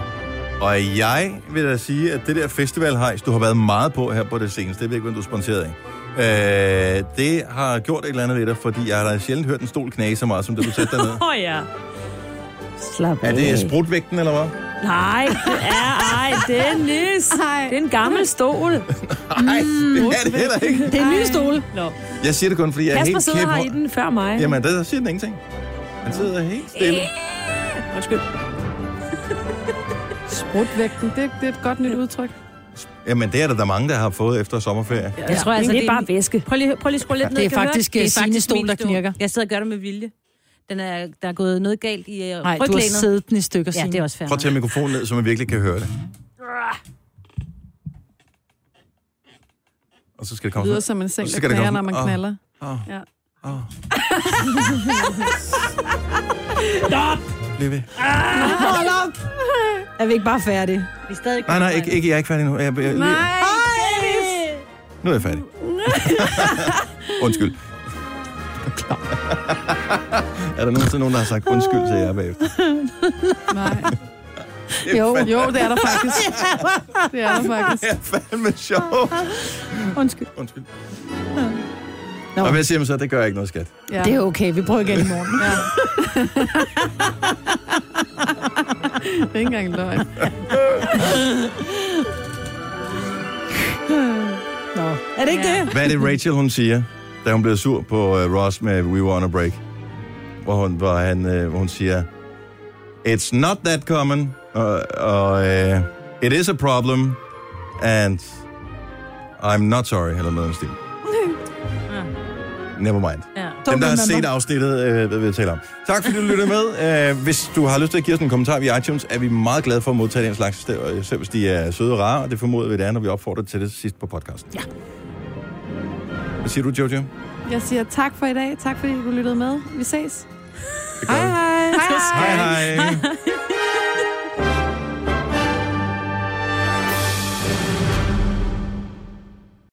Speaker 1: Og jeg vil da sige, at det der festivalhejs, du har været meget på her på det seneste, det ved jeg ikke, hvem du er sponsoreret af, øh, det har gjort et eller andet ved dig, fordi jeg har da sjældent hørt en stol knage så meget, som det du satte dernede.
Speaker 2: Åh oh, ja. Slap
Speaker 1: er det
Speaker 2: af.
Speaker 1: sprutvægten, eller hvad?
Speaker 2: Nej, det er ej, Dennis. Ej. Det er en gammel stol.
Speaker 1: Nej, det er det heller ikke.
Speaker 2: Det er en ny stol. Nå.
Speaker 1: Jeg siger det kun, fordi jeg er
Speaker 2: Kasper
Speaker 1: helt
Speaker 2: sidder
Speaker 1: kæp.
Speaker 2: her i den før mig.
Speaker 1: Jamen, der siger den ingenting. Han sidder helt stille.
Speaker 2: Undskyld.
Speaker 3: Sprutvægten, det, det er et godt nyt udtryk.
Speaker 1: Jamen, det er der, der mange, der har fået efter sommerferie.
Speaker 2: Jeg tror altså,
Speaker 9: det
Speaker 2: det
Speaker 9: er
Speaker 2: er bare væske. Prøv lige, prøv lige at skrue lidt ned.
Speaker 9: Det er
Speaker 2: Kan du høre
Speaker 9: faktisk,
Speaker 2: Det
Speaker 9: øh, Signes
Speaker 2: faktisk
Speaker 9: stol,
Speaker 2: min
Speaker 9: der knirker.
Speaker 2: Jeg sidder og gør det med vilje. Den er, der er gået noget galt i øh,
Speaker 9: Nej, du har
Speaker 2: ryglænet.
Speaker 9: siddet den i stykker,
Speaker 2: Ja, det er også fair.
Speaker 1: Prøv at tage mikrofonen ned, så man virkelig kan høre det. Og så skal det
Speaker 3: Det
Speaker 1: komme
Speaker 3: lyder
Speaker 1: sådan.
Speaker 3: som en seng,
Speaker 1: Og så
Speaker 3: der
Speaker 1: skal det
Speaker 3: knager,
Speaker 1: komme
Speaker 3: når man
Speaker 1: sådan. Åh,
Speaker 3: knaller.
Speaker 1: åh,
Speaker 3: Ja.
Speaker 1: åh.
Speaker 9: Stop!
Speaker 1: Bliv ved.
Speaker 9: Hold op! Er vi ikke bare færdige?
Speaker 2: Vi er stadig
Speaker 1: Nej, nej, ikke, ikke, jeg er ikke færdig nu. Jeg, jeg, jeg,
Speaker 9: Nej,
Speaker 1: nu er jeg færdig. Undskyld. er der nogensinde nogen, der har sagt undskyld til jer bagefter?
Speaker 3: Nej.
Speaker 1: Det er
Speaker 3: Jo,
Speaker 1: fandme-
Speaker 3: jo, det er der faktisk. Det er der faktisk.
Speaker 1: Det er fandme sjovt.
Speaker 9: Undskyld.
Speaker 1: Undskyld. Nå. Og hvad siger man så? Det gør ikke noget, skat.
Speaker 9: Ja. Det er okay, vi prøver igen i morgen. Ja.
Speaker 3: Det er ikke engang en løgn.
Speaker 9: Nå, er det ikke ja. det?
Speaker 1: Hvad er det, Rachel, hun siger, da hun blev sur på uh, Ross med We Were On A Break? Hvor hun, hvor han, uh, hvor hun siger, It's not that common, og og, øh, it is a problem, and I'm not sorry, eller noget af den stil. Never mind.
Speaker 2: Ja.
Speaker 1: Dem, der har set afsnittet, øh, ved vi at tale om. Tak fordi du lyttede med. Øh, hvis du har lyst til at give os en kommentar via iTunes, er vi meget glade for at modtage den slags, øh, selv hvis de er søde og rare, og det formoder vi, det er, når vi opfordrer til det sidst på podcasten.
Speaker 3: Ja.
Speaker 1: Hvad siger du, Jojo?
Speaker 3: Jeg siger tak for i dag. Tak fordi du lyttede med. Vi ses. Hej hej.
Speaker 1: Hej, hej.